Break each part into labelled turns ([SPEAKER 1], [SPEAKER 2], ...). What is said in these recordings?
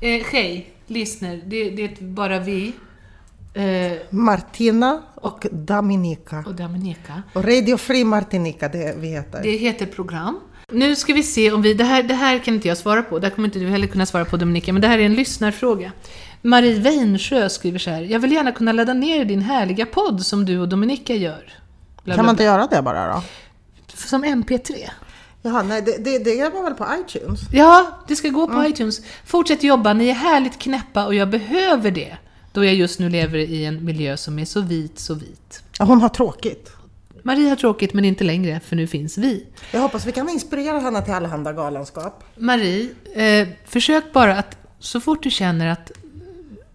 [SPEAKER 1] Eh, hej, lyssnar. Det, det är bara vi eh,
[SPEAKER 2] Martina och Dominika.
[SPEAKER 1] och Dominika.
[SPEAKER 2] Och Radio Free Martinica, det vi heter.
[SPEAKER 1] Det heter program. Nu ska vi se om vi... Det här, det här kan inte jag svara på. Det här kommer inte du heller kunna svara på, Dominika. Men det här är en lyssnarfråga. Marie Weinsjö skriver så här. Jag vill gärna kunna ladda ner din härliga podd som du och Dominika gör. Bla,
[SPEAKER 2] Kan
[SPEAKER 1] bla,
[SPEAKER 2] man inte göra det bara då?
[SPEAKER 1] bla. Som MP3.
[SPEAKER 2] Jaha, nej, det, det, det gör man väl på iTunes?
[SPEAKER 1] Ja, det ska gå på
[SPEAKER 2] Mm.
[SPEAKER 1] iTunes. Fortsätt jobba, ni är härligt knäppa och jag behöver det. Då jag just nu lever i en miljö som är så vit, så vit.
[SPEAKER 2] Ja, Hon har tråkigt.
[SPEAKER 1] Marie har tråkigt men inte längre, för nu finns vi.
[SPEAKER 2] Jag hoppas vi kan inspirera henne till allehanda galenskap.
[SPEAKER 1] Marie, eh, försök bara att så fort du känner att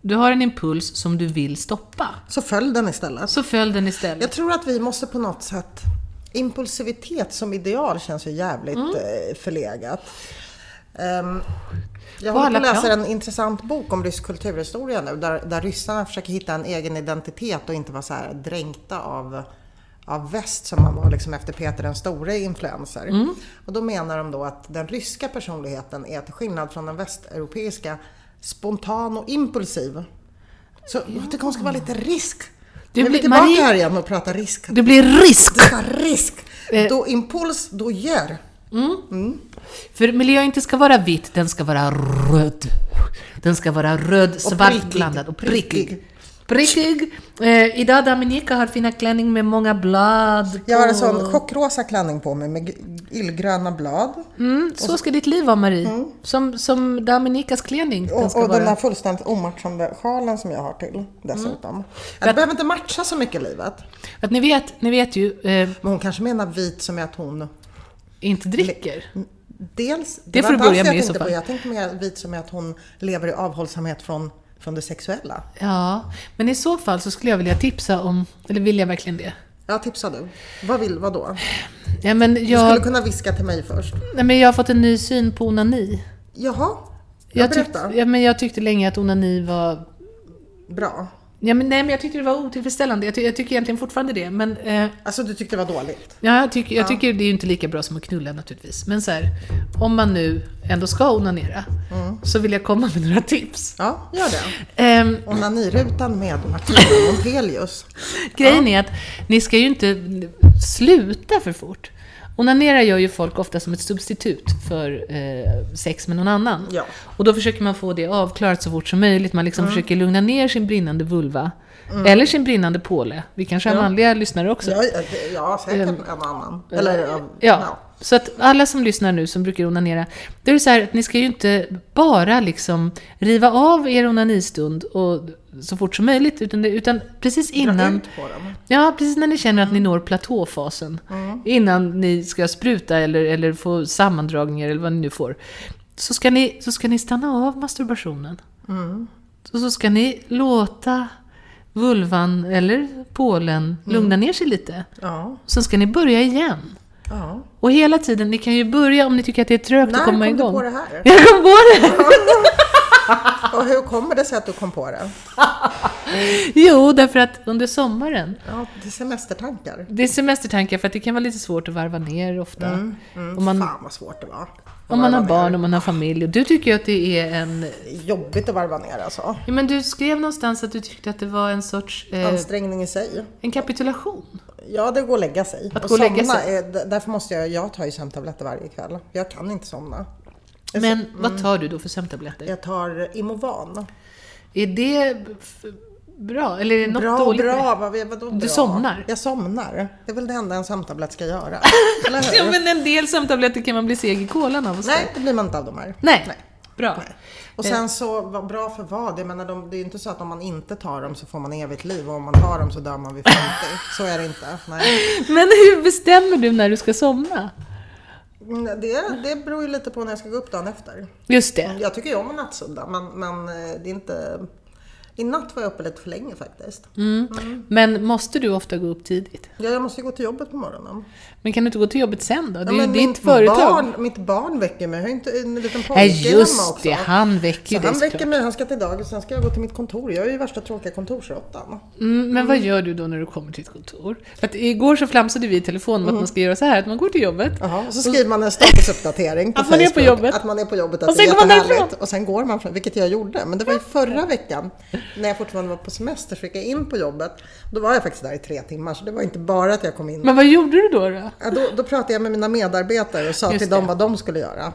[SPEAKER 1] du har en impuls som du vill stoppa,
[SPEAKER 2] Så följ den istället.
[SPEAKER 1] så följ den
[SPEAKER 2] Jag
[SPEAKER 1] istället.
[SPEAKER 2] tror att vi måste på något sätt... Impulsivitet som ideal känns ju jävligt
[SPEAKER 1] Mm.
[SPEAKER 2] eh, förlegat. Ehm, jag
[SPEAKER 1] På
[SPEAKER 2] håller på
[SPEAKER 1] alla
[SPEAKER 2] att läsa
[SPEAKER 1] plan.
[SPEAKER 2] en intressant bok om rysk kulturhistoria nu, där, där ryssarna försöker hitta en egen identitet och inte vara så här dränkta av, av väst som man var liksom efter Peter den store influenser.
[SPEAKER 1] Mm.
[SPEAKER 2] Och då menar de då att den ryska personligheten är till skillnad från den västeuropeiska spontan och impulsiv. Så jag tycker hon ska vara lite risk.
[SPEAKER 1] Du
[SPEAKER 2] Nu är vi
[SPEAKER 1] blir-
[SPEAKER 2] tillbaka
[SPEAKER 1] Marie-
[SPEAKER 2] här igen och pratar risk.
[SPEAKER 1] Det blir risk!
[SPEAKER 2] Det ska risk.
[SPEAKER 1] Eh.
[SPEAKER 2] Då impuls, då gör.
[SPEAKER 1] För miljö inte ska vara vit, den ska vara röd. Den ska vara röd, svart
[SPEAKER 2] prickig.
[SPEAKER 1] blandad och prickig. Prickig! Eh, idag Dominika har fina klänning med många blad.
[SPEAKER 2] Jag har en
[SPEAKER 1] på.
[SPEAKER 2] sån chockrosa klänning på mig med g- illgröna blad.
[SPEAKER 1] Mm, så ska ditt liv vara Marie. Som, som Dominikas klänning. Den
[SPEAKER 2] Mm. Och,
[SPEAKER 1] ska
[SPEAKER 2] och
[SPEAKER 1] vara.
[SPEAKER 2] den där fullständigt omatchande sjalen som jag har till dessutom.
[SPEAKER 1] Mm.
[SPEAKER 2] Ja, Det behöver inte matcha så mycket i livet.
[SPEAKER 1] Att ni vet, ni vet ju, eh,
[SPEAKER 2] Men hon kanske menar vit som är att hon...
[SPEAKER 1] inte dricker.
[SPEAKER 2] Mm. Dels, det,
[SPEAKER 1] får
[SPEAKER 2] var
[SPEAKER 1] du
[SPEAKER 2] inte alls
[SPEAKER 1] börja
[SPEAKER 2] jag
[SPEAKER 1] med i så
[SPEAKER 2] tänkte på.
[SPEAKER 1] fall.
[SPEAKER 2] Jag tänkte mer vit som är att hon lever i avhållsamhet från, från det sexuella.
[SPEAKER 1] Ja, men i så fall så skulle jag vilja tipsa om, eller vill jag verkligen det?
[SPEAKER 2] Ja, tipsa du. Vad vill, vad då?
[SPEAKER 1] Ja, men
[SPEAKER 2] Du
[SPEAKER 1] jag,
[SPEAKER 2] skulle kunna viska till mig först.
[SPEAKER 1] nej, men jag har fått en ny syn på onani.
[SPEAKER 2] Jaha, jag,
[SPEAKER 1] Jag,
[SPEAKER 2] jag
[SPEAKER 1] tyckte,
[SPEAKER 2] berättar.
[SPEAKER 1] ja, men jag tyckte länge att onani var
[SPEAKER 2] Bra.
[SPEAKER 1] Ja, men, nej, men jag tyckte det var otillfredsställande. Jag, ty- jag tycker egentligen fortfarande det. Men, eh,
[SPEAKER 2] Alltså du tyckte det var dåligt?
[SPEAKER 1] ja, jag, tycker jag tycker det är ju inte lika bra som att knulla naturligtvis. Men så här, om man nu ändå ska onanera så vill jag komma med några tips.
[SPEAKER 2] Mm. Ja, gör det.
[SPEAKER 1] Ehm,
[SPEAKER 2] Onanirutan med Martina Montelius.
[SPEAKER 1] Grejen är att ni ska ju inte sluta för fort. Onanera gör ju folk ofta som ett substitut för eh, sex med någon annan.
[SPEAKER 2] Ja. Mm.
[SPEAKER 1] Och då försöker man få det avklarat så fort som möjligt. Man liksom försöker lugna ner sin brinnande vulva. Eller sin brinnande påle. Vi kanske har manliga lyssnare också.
[SPEAKER 2] Ja, ja, det- ja säkert en annan. Eller, ehm, ja.
[SPEAKER 1] Ehm, eh, Ja, så att alla som lyssnar nu som brukar onanera, det är så här att ni ska ju inte bara liksom riva av er onanistund och så fort som möjligt, utan, utan precis innan...
[SPEAKER 2] ut på den.
[SPEAKER 1] Ja, precis när ni känner att ni når platåfasen,
[SPEAKER 2] Mm.
[SPEAKER 1] innan ni ska spruta eller, eller få sammandragningar eller vad ni nu får, så ska ni, så ska ni stanna av masturbationen.
[SPEAKER 2] Mm.
[SPEAKER 1] Och så ska ni låta vulvan eller pålen lugna ner sig lite.
[SPEAKER 2] Mm. Ja,
[SPEAKER 1] Sen ska ni börja igen.
[SPEAKER 2] ja.
[SPEAKER 1] Och hela tiden, ni kan ju börja om ni tycker att det är trögt
[SPEAKER 2] När
[SPEAKER 1] att komma
[SPEAKER 2] kom du
[SPEAKER 1] igång.
[SPEAKER 2] på det här?
[SPEAKER 1] Jag kom på det!
[SPEAKER 2] Och hur kommer det sig att du kom på det?
[SPEAKER 1] Jo, därför att under sommaren,
[SPEAKER 2] Ja, det är semestertankar.
[SPEAKER 1] det är semestertankar för att det kan vara lite svårt att varva ner ofta.
[SPEAKER 2] Mm,
[SPEAKER 1] om, man,
[SPEAKER 2] Fan vad svårt det var. att
[SPEAKER 1] om man har
[SPEAKER 2] varva
[SPEAKER 1] barn,
[SPEAKER 2] ner.
[SPEAKER 1] om man har familj. Och du tycker ju att det är en...
[SPEAKER 2] Jobbigt att varva ner alltså.
[SPEAKER 1] Ja, men du skrev någonstans att du tyckte att det var en sorts... Eh,
[SPEAKER 2] Ansträngning i sig.
[SPEAKER 1] en kapitulation.
[SPEAKER 2] Ja, det går att lägga sig.
[SPEAKER 1] Att
[SPEAKER 2] och
[SPEAKER 1] gå och lägga
[SPEAKER 2] somna
[SPEAKER 1] sig.
[SPEAKER 2] Är, d- därför måste jag, jag tar ju sömntabletter varje kväll. Jag kan inte somna. Alltså,
[SPEAKER 1] Men
[SPEAKER 2] mm.
[SPEAKER 1] vad tar du då för sömntabletter?
[SPEAKER 2] Jag tar Imovan.
[SPEAKER 1] Är det f- bra? Eller är det något
[SPEAKER 2] Bra,
[SPEAKER 1] dåligt? med
[SPEAKER 2] bra,
[SPEAKER 1] det?
[SPEAKER 2] vad, vadå
[SPEAKER 1] Du
[SPEAKER 2] bra?
[SPEAKER 1] somnar.
[SPEAKER 2] Jag somnar. Det är väl det enda en sömntablett ska göra. Eller hur?
[SPEAKER 1] Ja, men en del sömntabletter kan man bli seg i kolan av. och så.
[SPEAKER 2] Nej, det blir man inte av de här.
[SPEAKER 1] Nej. Eh. Bra.
[SPEAKER 2] Och sen så, vad bra för vad? Jag menar, de, det är ju inte så att om man inte tar dem så får man evigt liv och om man tar dem så dör man vid 50. Så är det inte. Nej.
[SPEAKER 1] Men hur bestämmer du när du ska somna?
[SPEAKER 2] Mm, Det, det beror ju lite på när jag ska gå upp dagen efter.
[SPEAKER 1] Just det.
[SPEAKER 2] Jag tycker ju om en nattsudda, men, men eh, det är inte... I natt var jag uppe lite för länge faktiskt.
[SPEAKER 1] Mm.
[SPEAKER 2] Mm.
[SPEAKER 1] Men måste du ofta gå upp tidigt?
[SPEAKER 2] Ja, jag måste ju gå till jobbet på morgonen.
[SPEAKER 1] Men kan du inte gå till jobbet sen då? Det är
[SPEAKER 2] Ja,
[SPEAKER 1] ju
[SPEAKER 2] men
[SPEAKER 1] ditt
[SPEAKER 2] mitt
[SPEAKER 1] företag.
[SPEAKER 2] Barn, mitt barn väcker mig. Jag har ju inte en liten pojke
[SPEAKER 1] Nej, just
[SPEAKER 2] hemma också.
[SPEAKER 1] det. Han väcker ju
[SPEAKER 2] så
[SPEAKER 1] dig
[SPEAKER 2] han väcker
[SPEAKER 1] såklart.
[SPEAKER 2] mig, han ska till dagis, sen ska jag gå till mitt kontor. Jag är ju värsta tråkiga kontorsråttan.
[SPEAKER 1] Mm, men vad gör du då när du kommer till ditt kontor? För att igår så flamsade vi i telefon med att man ska göra så här, att man går till jobbet.
[SPEAKER 2] Mm. Jaha, och så skriver man en statusuppdatering på
[SPEAKER 1] Att man är på
[SPEAKER 2] Facebook,
[SPEAKER 1] jobbet.
[SPEAKER 2] Att man är på jobbet,
[SPEAKER 1] Och
[SPEAKER 2] att det är
[SPEAKER 1] sen går man
[SPEAKER 2] jättehärligt.
[SPEAKER 1] därifrån.
[SPEAKER 2] Och sen går man från, vilket jag gjorde. Men det var ju förra veckan, när jag fortfarande var på semester, så gick jag in på jobbet. Då var jag faktiskt där i tre timmar, så det var inte bara att jag kom in.
[SPEAKER 1] Men vad gjorde du då? då?
[SPEAKER 2] Ja, då, då pratade jag med mina medarbetare och sa
[SPEAKER 1] Just
[SPEAKER 2] till
[SPEAKER 1] det.
[SPEAKER 2] dem vad de skulle göra.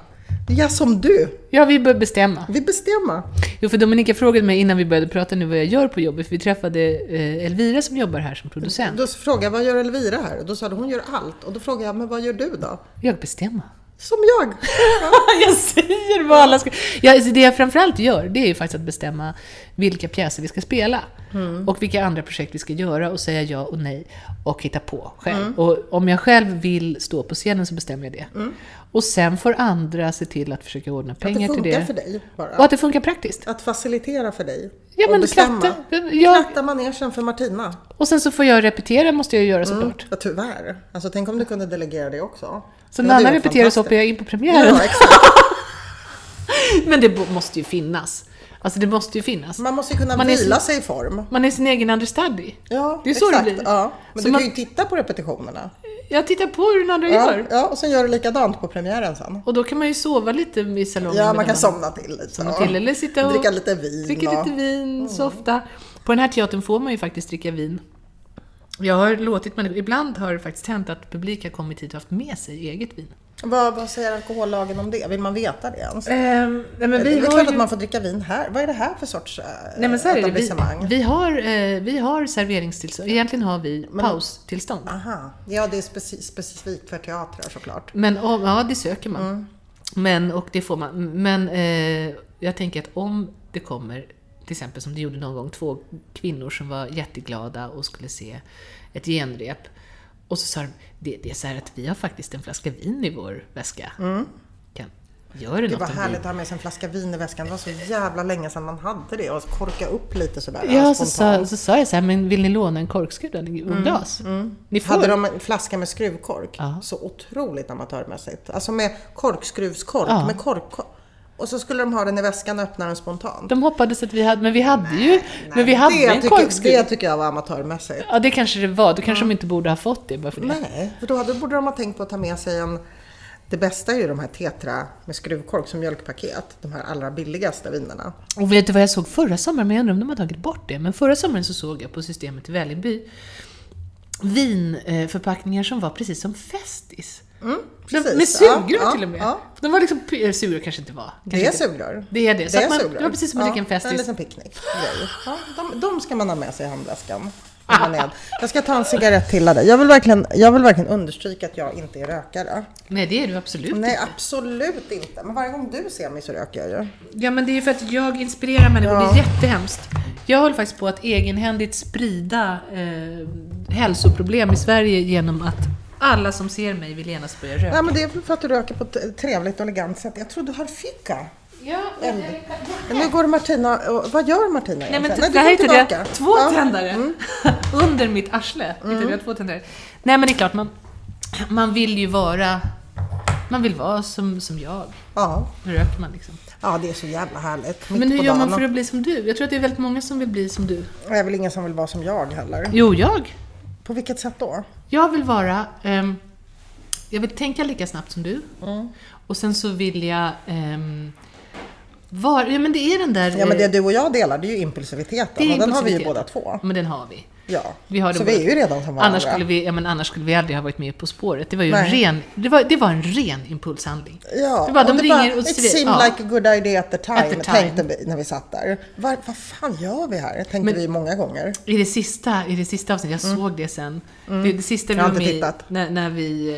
[SPEAKER 2] Ja, som du!
[SPEAKER 1] Ja, vi bör bestämma.
[SPEAKER 2] Vi bestämmer.
[SPEAKER 1] Jo, för Dominika frågade mig innan vi började prata nu vad jag gör på jobbet, för vi träffade eh, Elvira som jobbar här som producent.
[SPEAKER 2] Då frågade jag, vad gör Elvira här? Och Då sa de, hon gör allt. Och då frågade jag, men vad gör du då?
[SPEAKER 1] Jag bestämmer.
[SPEAKER 2] Som jag!
[SPEAKER 1] jag säger vad alla ska... Ja, alltså det jag framförallt gör, det är ju faktiskt att bestämma vilka pjäser vi ska spela.
[SPEAKER 2] Mm.
[SPEAKER 1] Och vilka andra projekt vi ska göra och säga ja och nej och hitta på själv.
[SPEAKER 2] Mm.
[SPEAKER 1] Och om jag själv vill stå på scenen så bestämmer jag det. Och sen får andra se till att försöka ordna
[SPEAKER 2] Att det
[SPEAKER 1] pengar till
[SPEAKER 2] funkar
[SPEAKER 1] det.
[SPEAKER 2] för dig bara.
[SPEAKER 1] Och att det funkar praktiskt.
[SPEAKER 2] Att facilitera för dig.
[SPEAKER 1] Ja,
[SPEAKER 2] och
[SPEAKER 1] men
[SPEAKER 2] bestämma.
[SPEAKER 1] klatta- jag-
[SPEAKER 2] Klatta manegen för Martina.
[SPEAKER 1] Och sen så får jag repetera, måste jag göra såklart.
[SPEAKER 2] Ja, tyvärr. Alltså, tänk om du kunde delegera det också.
[SPEAKER 1] Så
[SPEAKER 2] Det
[SPEAKER 1] när
[SPEAKER 2] hade
[SPEAKER 1] Anna
[SPEAKER 2] ju varit
[SPEAKER 1] repeterar så hoppar
[SPEAKER 2] fantastiskt.
[SPEAKER 1] jag in på premiären.
[SPEAKER 2] Ja, exakt.
[SPEAKER 1] Men det bo- måste ju finnas. Alltså det måste ju finnas.
[SPEAKER 2] Man måste ju kunna
[SPEAKER 1] Man är
[SPEAKER 2] vila
[SPEAKER 1] så-
[SPEAKER 2] sig i form.
[SPEAKER 1] Man är sin egen understudy.
[SPEAKER 2] Ja,
[SPEAKER 1] det är så
[SPEAKER 2] exakt.
[SPEAKER 1] det blir.
[SPEAKER 2] Ja. Men
[SPEAKER 1] Så
[SPEAKER 2] du
[SPEAKER 1] man-
[SPEAKER 2] kan ju titta på repetitionerna.
[SPEAKER 1] Jag tittar på hur den andra
[SPEAKER 2] Ja,
[SPEAKER 1] gör.
[SPEAKER 2] ja, och sen gör du likadant på premiären sen.
[SPEAKER 1] Och då kan man ju sova lite i salongen.
[SPEAKER 2] Ja, man
[SPEAKER 1] medan
[SPEAKER 2] kan somna till lite.
[SPEAKER 1] somna
[SPEAKER 2] ja.
[SPEAKER 1] till. Eller sitta och
[SPEAKER 2] Dricka lite vin.
[SPEAKER 1] dricka
[SPEAKER 2] och-
[SPEAKER 1] lite
[SPEAKER 2] Mm.
[SPEAKER 1] vin, softa. På den här teatern får man ju faktiskt dricka vin. Jag har låtit människor, ibland har det faktiskt hänt att publik har kommit hit och haft med sig eget vin.
[SPEAKER 2] Vad, vad säger alkohollagen om det? Vill man veta det ens?
[SPEAKER 1] Ehm, nej Eh, men
[SPEAKER 2] det är klart att man får dricka vin här. Vad är det här för sorts eh,
[SPEAKER 1] Nej men så här är det, vi,
[SPEAKER 2] etablissemang?
[SPEAKER 1] vi, har, eh, vi har serveringstillstånd, egentligen har vi paustillstånd.
[SPEAKER 2] Aha. Ja, det är speci- specifikt för teatrar såklart.
[SPEAKER 1] Men om, ja, det söker man. Men, och det får man. Men eh, jag tänker att om det kommer, till exempel som det gjorde någon gång, två kvinnor som var jätteglada och skulle se ett genrep. Och så sa de, det, det är så här att vi har faktiskt en flaska vin i vår väska. Kan, gör det
[SPEAKER 2] Det var
[SPEAKER 1] något om
[SPEAKER 2] Mm. härligt
[SPEAKER 1] vi...
[SPEAKER 2] att ha med sig en flaska vin i väskan. Det var så jävla länge sedan man hade det. Och korka upp lite sådär
[SPEAKER 1] Ja, så sa,
[SPEAKER 2] spontant. Mm,
[SPEAKER 1] så sa jag så här, men vill ni låna en korkskruv? Den är oglas. Ni får.
[SPEAKER 2] Hade de en flaska med skruvkork? Så otroligt amatörmässigt. Alltså med korkskruvskork, med kork. Och så skulle de ha den i väskan och öppna den spontant.
[SPEAKER 1] De hoppades att vi hade, men vi hade ju, men vi hade
[SPEAKER 2] det,
[SPEAKER 1] en
[SPEAKER 2] tycker,
[SPEAKER 1] korkskruv.
[SPEAKER 2] det tycker jag var amatörmässigt.
[SPEAKER 1] Ja, det kanske det var. Då kanske de inte borde ha fått det bara för det.
[SPEAKER 2] Nej, för då hade, borde de ha tänkt på att ta med sig en... Det bästa är ju de här tetra med skruvkork som mjölkpaket. De här allra billigaste vinerna.
[SPEAKER 1] Och vet du vad jag såg förra sommaren? Men jag undrar om de har tagit bort det. Men förra sommaren så såg jag på Systemet i Vällingby vinförpackningar som var precis som Festis. De-
[SPEAKER 2] precis.
[SPEAKER 1] med sugrör
[SPEAKER 2] Ja,
[SPEAKER 1] till och med.
[SPEAKER 2] ja,
[SPEAKER 1] De var liksom, eller sugrör kanske inte var. Kanske
[SPEAKER 2] Det är
[SPEAKER 1] inte.
[SPEAKER 2] sugrör.
[SPEAKER 1] Det är det. Så att man,
[SPEAKER 2] sugrör.
[SPEAKER 1] det var precis som att dricka en Festis.
[SPEAKER 2] En liten picknickgrej. Ja, de, de ska man ha med sig i handväskan. när man är- Jag ska ta en cigarett till av dig. Jag vill verkligen, jag vill verkligen understryka att jag inte är rökare.
[SPEAKER 1] Nej, det är du absolut
[SPEAKER 2] Nej,
[SPEAKER 1] inte.
[SPEAKER 2] absolut inte. Men varje gång du ser mig så röker jag ju.
[SPEAKER 1] Ja, men det är ju för att jag inspirerar människor. Det är jättehemskt. Jag håller faktiskt på att egenhändigt sprida eh, hälsoproblem i Sverige genom att alla som ser mig vill genast börja röka.
[SPEAKER 2] Nej, men det är för att du röker på ett trevligt och elegant sätt. Jag tror du har fika.
[SPEAKER 1] Ja,
[SPEAKER 2] Eld. Nu går Martina och, Vad gör Martina
[SPEAKER 1] Nej men
[SPEAKER 2] egentligen?
[SPEAKER 1] det här
[SPEAKER 2] du går
[SPEAKER 1] hittade jag
[SPEAKER 2] tillbaka.
[SPEAKER 1] två
[SPEAKER 2] Ja. Mm.
[SPEAKER 1] tändare under mitt arsle. Hittade jag två tändare. Nej men det är klart, man, man vill ju vara... Man vill vara som, som jag.
[SPEAKER 2] Ja.
[SPEAKER 1] Nu röker man liksom.
[SPEAKER 2] ja, det är så jävla härligt.
[SPEAKER 1] Men hur gör man för
[SPEAKER 2] att...
[SPEAKER 1] att bli som du? Jag tror att det är väldigt många som vill bli som du.
[SPEAKER 2] Det är väl ingen som vill vara som jag heller.
[SPEAKER 1] Jo, jag.
[SPEAKER 2] På vilket sätt då?
[SPEAKER 1] Jag vill vara... ehm, jag vill tänka lika snabbt som du.
[SPEAKER 2] Mm.
[SPEAKER 1] Och sen så vill jag... ehm, vara, ja men det är den där...
[SPEAKER 2] Ja men
[SPEAKER 1] eh,
[SPEAKER 2] det du och jag delar det är ju impulsiviteten
[SPEAKER 1] Det är
[SPEAKER 2] och den har vi ju
[SPEAKER 1] impulsiviteten.
[SPEAKER 2] båda två.
[SPEAKER 1] Men den har vi.
[SPEAKER 2] Ja,
[SPEAKER 1] Vi har det
[SPEAKER 2] så
[SPEAKER 1] bara-
[SPEAKER 2] vi är ju redan som varandra.
[SPEAKER 1] Annars skulle, vi, ja, men annars skulle vi aldrig ha varit med På spåret. Det var ju en
[SPEAKER 2] Nej.
[SPEAKER 1] ren, det var, det var en ren impulshandling.
[SPEAKER 2] Ja,
[SPEAKER 1] det var, de
[SPEAKER 2] och det
[SPEAKER 1] ringer
[SPEAKER 2] bara,
[SPEAKER 1] och
[SPEAKER 2] It
[SPEAKER 1] säger-
[SPEAKER 2] seemed
[SPEAKER 1] ja.
[SPEAKER 2] like a good idea at the time,
[SPEAKER 1] At the time.
[SPEAKER 2] tänkte vi när vi satt där. Vad, vad fan gör vi här? Tänkte vi många gånger.
[SPEAKER 1] I det sista, i det sista avsnittet, jag såg det sen. Det, det sista vi
[SPEAKER 2] Mm. Jag har
[SPEAKER 1] var med
[SPEAKER 2] inte
[SPEAKER 1] i,
[SPEAKER 2] tittat.
[SPEAKER 1] när, när, vi,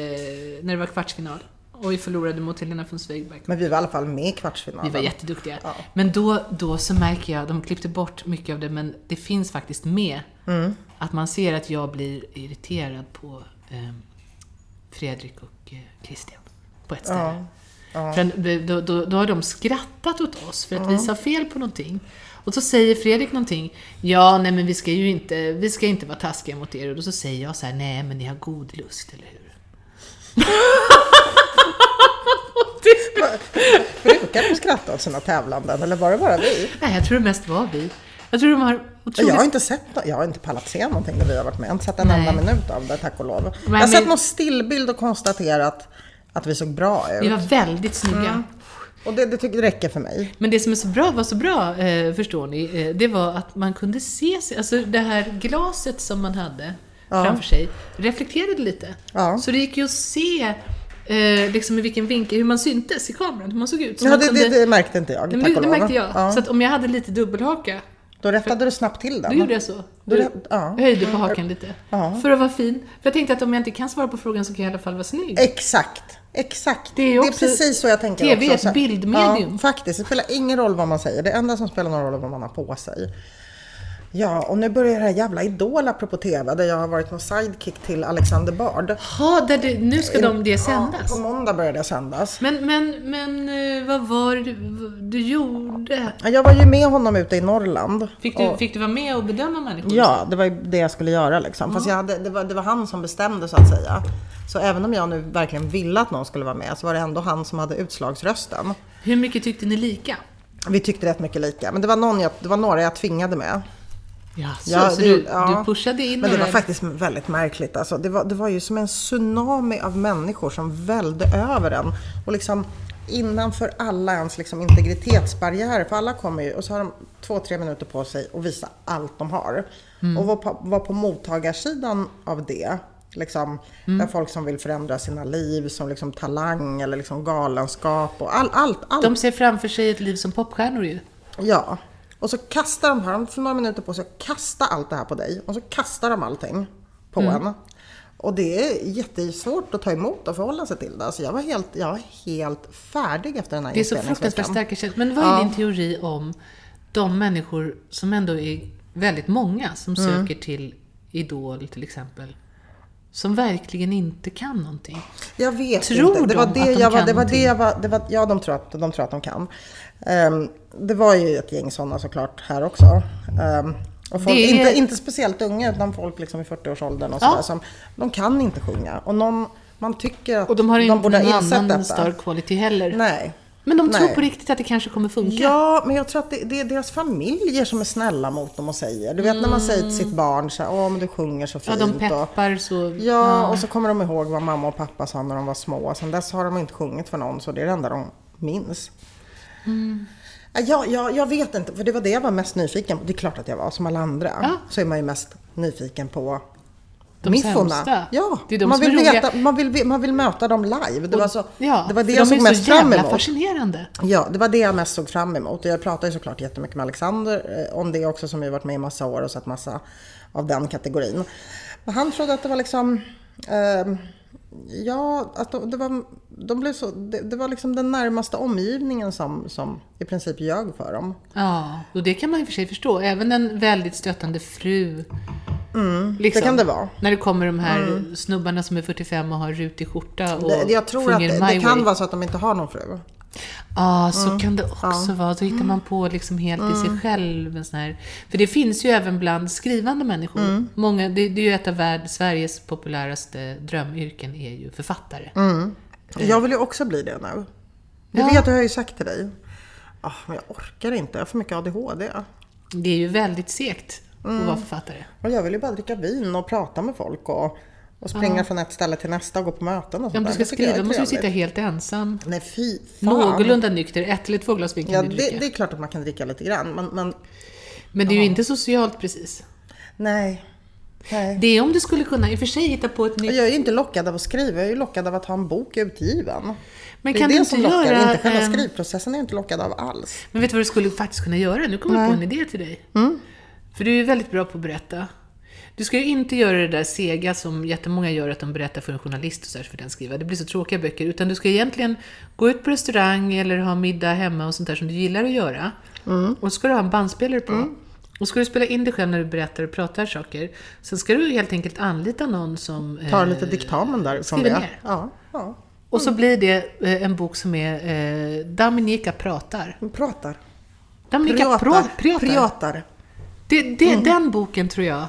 [SPEAKER 1] eh, när det var kvartsfinal. Och vi förlorade mot Helena von Zweigbergk.
[SPEAKER 2] Men vi var i alla fall med i
[SPEAKER 1] Vi
[SPEAKER 2] kvartsfinalen.
[SPEAKER 1] var jätteduktiga. Men då, då så märker jag, de klippte bort mycket av det, men det finns faktiskt med.
[SPEAKER 2] Mm.
[SPEAKER 1] Att man ser att jag blir irriterad på eh, Fredrik och eh, Christian. På ett ställe. För en- då, då, då har de skrattat åt oss för att vi sa fel på någonting. Och så säger Fredrik någonting. Ja, nej men vi ska ju inte, vi ska inte vara taskiga mot er. Och då så säger jag så här, nej men ni har god lust, eller hur?
[SPEAKER 2] Brukar de skratta åt sina tävlanden eller var det bara vi?
[SPEAKER 1] Nej, jag tror det mest var vi. Jag tror de har otroligt
[SPEAKER 2] Jag har inte sett, jag har inte pallat se någonting där vi har varit med. Jag har inte sett en
[SPEAKER 1] Nej.
[SPEAKER 2] enda minut av det, tack och lov. jag har
[SPEAKER 1] men-
[SPEAKER 2] sett någon stillbild och konstaterat att vi såg bra
[SPEAKER 1] Vi
[SPEAKER 2] ut.
[SPEAKER 1] var väldigt snygga.
[SPEAKER 2] Mm. Och det, det tycker det räcker för mig.
[SPEAKER 1] Men det som är så bra, var så bra, eh, förstår ni, eh, det var att man kunde se sig, alltså det här glaset som man hade framför sig reflekterade lite.
[SPEAKER 2] Ja.
[SPEAKER 1] Så det gick ju att se eh, liksom i vilken vinkel, hur man syntes i kameran, hur man såg ut. Så
[SPEAKER 2] Ja,
[SPEAKER 1] man
[SPEAKER 2] det,
[SPEAKER 1] kunde,
[SPEAKER 2] det, det märkte inte jag,
[SPEAKER 1] Nej, men
[SPEAKER 2] tack
[SPEAKER 1] det,
[SPEAKER 2] och
[SPEAKER 1] det
[SPEAKER 2] lov.
[SPEAKER 1] märkte jag.
[SPEAKER 2] Ja.
[SPEAKER 1] Så att om jag hade lite dubbelhaka,
[SPEAKER 2] Då rättade du snabbt till den.
[SPEAKER 1] då gjorde jag så.
[SPEAKER 2] Du-
[SPEAKER 1] Du,
[SPEAKER 2] ja.
[SPEAKER 1] Höjde på hakan lite.
[SPEAKER 2] Ja.
[SPEAKER 1] För att vara fin. För jag tänkte att om jag inte kan svara på frågan så kan jag i alla fall vara snygg.
[SPEAKER 2] Exakt. Exakt.
[SPEAKER 1] Det är ju också-
[SPEAKER 2] precis så jag tänker
[SPEAKER 1] TV är
[SPEAKER 2] också.
[SPEAKER 1] ett
[SPEAKER 2] Så-
[SPEAKER 1] bildmedium.
[SPEAKER 2] Ja, faktiskt. Det spelar ingen roll vad man säger. Det enda som spelar någon roll är vad man har på sig. Ja, och nu börjar det här jävla Idol apropå TV, där jag har varit någon sidekick till Alexander Bard.
[SPEAKER 1] Ha, där det, nu ska de det sändas.
[SPEAKER 2] På måndag börjar det sändas.
[SPEAKER 1] Men, men, men eh, vad var det du, vad du gjorde?
[SPEAKER 2] Ja, Jag var ju med honom ute i Norrland.
[SPEAKER 1] Fick du, fick du vara med och bedöma människor?
[SPEAKER 2] Ja, det var ju det jag skulle göra liksom. Fast jag hade, det, var, det var han som bestämde så att säga. Så även om jag nu verkligen ville att någon skulle vara med så var det ändå han som hade utslagsrösten.
[SPEAKER 1] Hur mycket tyckte ni lika?
[SPEAKER 2] Vi tyckte rätt mycket lika, men det var, någon jag, det var några jag tvingade med.
[SPEAKER 1] Ja, så,
[SPEAKER 2] Ja,
[SPEAKER 1] så
[SPEAKER 2] det-
[SPEAKER 1] du,
[SPEAKER 2] ja.
[SPEAKER 1] du pushade in
[SPEAKER 2] Men det
[SPEAKER 1] några...
[SPEAKER 2] var faktiskt väldigt märkligt. Alltså, det, var, det var ju som en tsunami av människor som välde över en. Och liksom innanför alla ens liksom integritetsbarriärer. För alla kommer ju och så har de två, tre minuter på sig att visa allt de har.
[SPEAKER 1] Mm.
[SPEAKER 2] Och var på, var på mottagarsidan av det. Liksom,
[SPEAKER 1] Mm.
[SPEAKER 2] Där folk som vill förändra sina liv, som liksom talang eller liksom galenskap och all, allt, allt.
[SPEAKER 1] De ser framför sig ett liv som popstjärnor ju.
[SPEAKER 2] Ja. Och så kastar de, har de för några minuter på sig att kasta allt det här på dig. Och så kastar de allting på
[SPEAKER 1] Mm.
[SPEAKER 2] en. Och det är jättesvårt att ta emot och förhålla sig till det. Så jag var helt, jag var helt färdig efter den här
[SPEAKER 1] Det är så fruktansvärt
[SPEAKER 2] inspelningsveckan.
[SPEAKER 1] starka känslor. Men vad är din teori om de människor som ändå är väldigt många som
[SPEAKER 2] Mm.
[SPEAKER 1] söker till Idol till exempel, som verkligen inte kan någonting?
[SPEAKER 2] Jag vet
[SPEAKER 1] Tror
[SPEAKER 2] inte. Det var
[SPEAKER 1] de
[SPEAKER 2] det
[SPEAKER 1] att de
[SPEAKER 2] jag var,
[SPEAKER 1] kan
[SPEAKER 2] det var det
[SPEAKER 1] någonting?
[SPEAKER 2] jag var, det var, ja de tror att de, tror att de kan. Ehm, det var ju ett gäng sådana såklart här också. Ehm, och folk,
[SPEAKER 1] Det är-
[SPEAKER 2] inte, inte speciellt unga utan folk liksom i 40-årsåldern och sådär. Som, de kan inte sjunga. Och någon, man tycker att
[SPEAKER 1] Och de har ju
[SPEAKER 2] borde
[SPEAKER 1] inte
[SPEAKER 2] ha
[SPEAKER 1] någon
[SPEAKER 2] insett
[SPEAKER 1] annan
[SPEAKER 2] detta.
[SPEAKER 1] star quality heller.
[SPEAKER 2] Nej.
[SPEAKER 1] Men de tror
[SPEAKER 2] Nej.
[SPEAKER 1] på riktigt att det kanske kommer funka.
[SPEAKER 2] Ja, men jag tror att det, det är deras familjer som är snälla mot dem och säger. Du vet när man säger till sitt barn så här, åh men du sjunger så
[SPEAKER 1] Ja,
[SPEAKER 2] fint.
[SPEAKER 1] de
[SPEAKER 2] och,
[SPEAKER 1] peppar så...
[SPEAKER 2] ja, och så kommer de ihåg vad mamma och pappa sa när de var små. Sen dess har de inte sjungit för någon så det är det enda de minns. Mm. Ja, ja, jag vet inte, för det var det jag var mest nyfiken på. Det är klart att jag var, som alla andra. Så är man ju mest nyfiken på
[SPEAKER 1] De
[SPEAKER 2] miffona.
[SPEAKER 1] sämsta.
[SPEAKER 2] Ja,
[SPEAKER 1] Det är de
[SPEAKER 2] man,
[SPEAKER 1] som
[SPEAKER 2] vill
[SPEAKER 1] är roliga.
[SPEAKER 2] veta, man, vill, man vill möta dem live. Det var, så,
[SPEAKER 1] Ja,
[SPEAKER 2] alltså, det, var det
[SPEAKER 1] för
[SPEAKER 2] jag
[SPEAKER 1] de
[SPEAKER 2] såg
[SPEAKER 1] är ju
[SPEAKER 2] mest
[SPEAKER 1] så
[SPEAKER 2] fram
[SPEAKER 1] jävla
[SPEAKER 2] emot.
[SPEAKER 1] fascinerande.
[SPEAKER 2] Ja, det var det jag mest såg fram emot. Och jag pratar ju såklart jättemycket med Alexander eh, om det också som ju varit med i massa år och sett massa av den kategorin. Men han trodde att det var liksom... ehm, ja, att de, det, var, de blev så, det, det var liksom den närmaste omgivningen som, som i princip ljög för dem.
[SPEAKER 1] Ja, och det kan man i och för sig förstå. Även en väldigt stöttande fru. liksom,
[SPEAKER 2] Mm, det kan det vara. Mm.
[SPEAKER 1] När det kommer de här snubbarna som är 45 och har rutig skjorta och
[SPEAKER 2] Det, jag tror att
[SPEAKER 1] sjunger
[SPEAKER 2] det,
[SPEAKER 1] My
[SPEAKER 2] det
[SPEAKER 1] Way.
[SPEAKER 2] kan vara Mm. så att de inte har någon fru.
[SPEAKER 1] Ja, så kan det också vara. Då hittar man på liksom helt i
[SPEAKER 2] Mm.
[SPEAKER 1] sig själv. En sån här. För det finns ju även bland skrivande människor.
[SPEAKER 2] Mm.
[SPEAKER 1] Många, det, det är ju ett av värld, Sveriges populäraste drömyrken är ju författare.
[SPEAKER 2] Mm. Jag vill ju också bli det nu. Du
[SPEAKER 1] Ja.
[SPEAKER 2] vet, det har jag ju sagt till dig. Ah, men jag orkar inte, jag har för mycket ADHD.
[SPEAKER 1] Det är ju väldigt segt att
[SPEAKER 2] Mm.
[SPEAKER 1] vara författare.
[SPEAKER 2] Och jag vill ju bara dricka vin och prata med folk och, och springa från ett ställe till nästa och gå på möten och sånt
[SPEAKER 1] Om du
[SPEAKER 2] där.
[SPEAKER 1] ska
[SPEAKER 2] Det tycker jag är
[SPEAKER 1] skriva måste du sitta
[SPEAKER 2] trevligt.
[SPEAKER 1] helt ensam.
[SPEAKER 2] Nej fy fan.
[SPEAKER 1] Någorlunda nykter, ett eller två glas vin kan
[SPEAKER 2] Ja,
[SPEAKER 1] du
[SPEAKER 2] det,
[SPEAKER 1] dricka.
[SPEAKER 2] det är klart att man kan dricka lite grann men, men
[SPEAKER 1] Men det är ju inte socialt precis.
[SPEAKER 2] nej. Nej.
[SPEAKER 1] Det är om du skulle kunna, i och för sig, hitta på ett nytt...
[SPEAKER 2] Jag är ju inte lockad av att skriva, jag är ju lockad av att ha en bok utgiven.
[SPEAKER 1] Men
[SPEAKER 2] det är
[SPEAKER 1] kan
[SPEAKER 2] det
[SPEAKER 1] du
[SPEAKER 2] som
[SPEAKER 1] inte
[SPEAKER 2] lockar,
[SPEAKER 1] göra,
[SPEAKER 2] inte själva
[SPEAKER 1] ehm,
[SPEAKER 2] skrivprocessen är jag inte lockad av alls.
[SPEAKER 1] Men vet du vad du skulle faktiskt kunna göra? Nu kommer jag på en idé till dig. För du är ju väldigt bra på att berätta. Du ska ju inte göra det där sega som jättemånga gör, att de berättar för en journalist och så här för den skriva. Det blir så tråkiga böcker. Utan du ska egentligen gå ut på restaurang eller ha middag hemma och sånt där som du gillar att göra. Och så ska du ha en bandspelare på. Och så ska du spela in dig själv när du berättar och pratar saker. Sen ska du helt enkelt anlita någon som...
[SPEAKER 2] Tar
[SPEAKER 1] eh,
[SPEAKER 2] lite diktamen därifrån.
[SPEAKER 1] skriver
[SPEAKER 2] det.
[SPEAKER 1] ner.
[SPEAKER 2] Ja, ja.
[SPEAKER 1] Och så blir det eh, en bok som är eh, Dominika pratar.
[SPEAKER 2] Hon pratar.
[SPEAKER 1] Dominika pratar. pratar.
[SPEAKER 2] Pratar.
[SPEAKER 1] Det, det,
[SPEAKER 2] Mm.
[SPEAKER 1] Den boken tror jag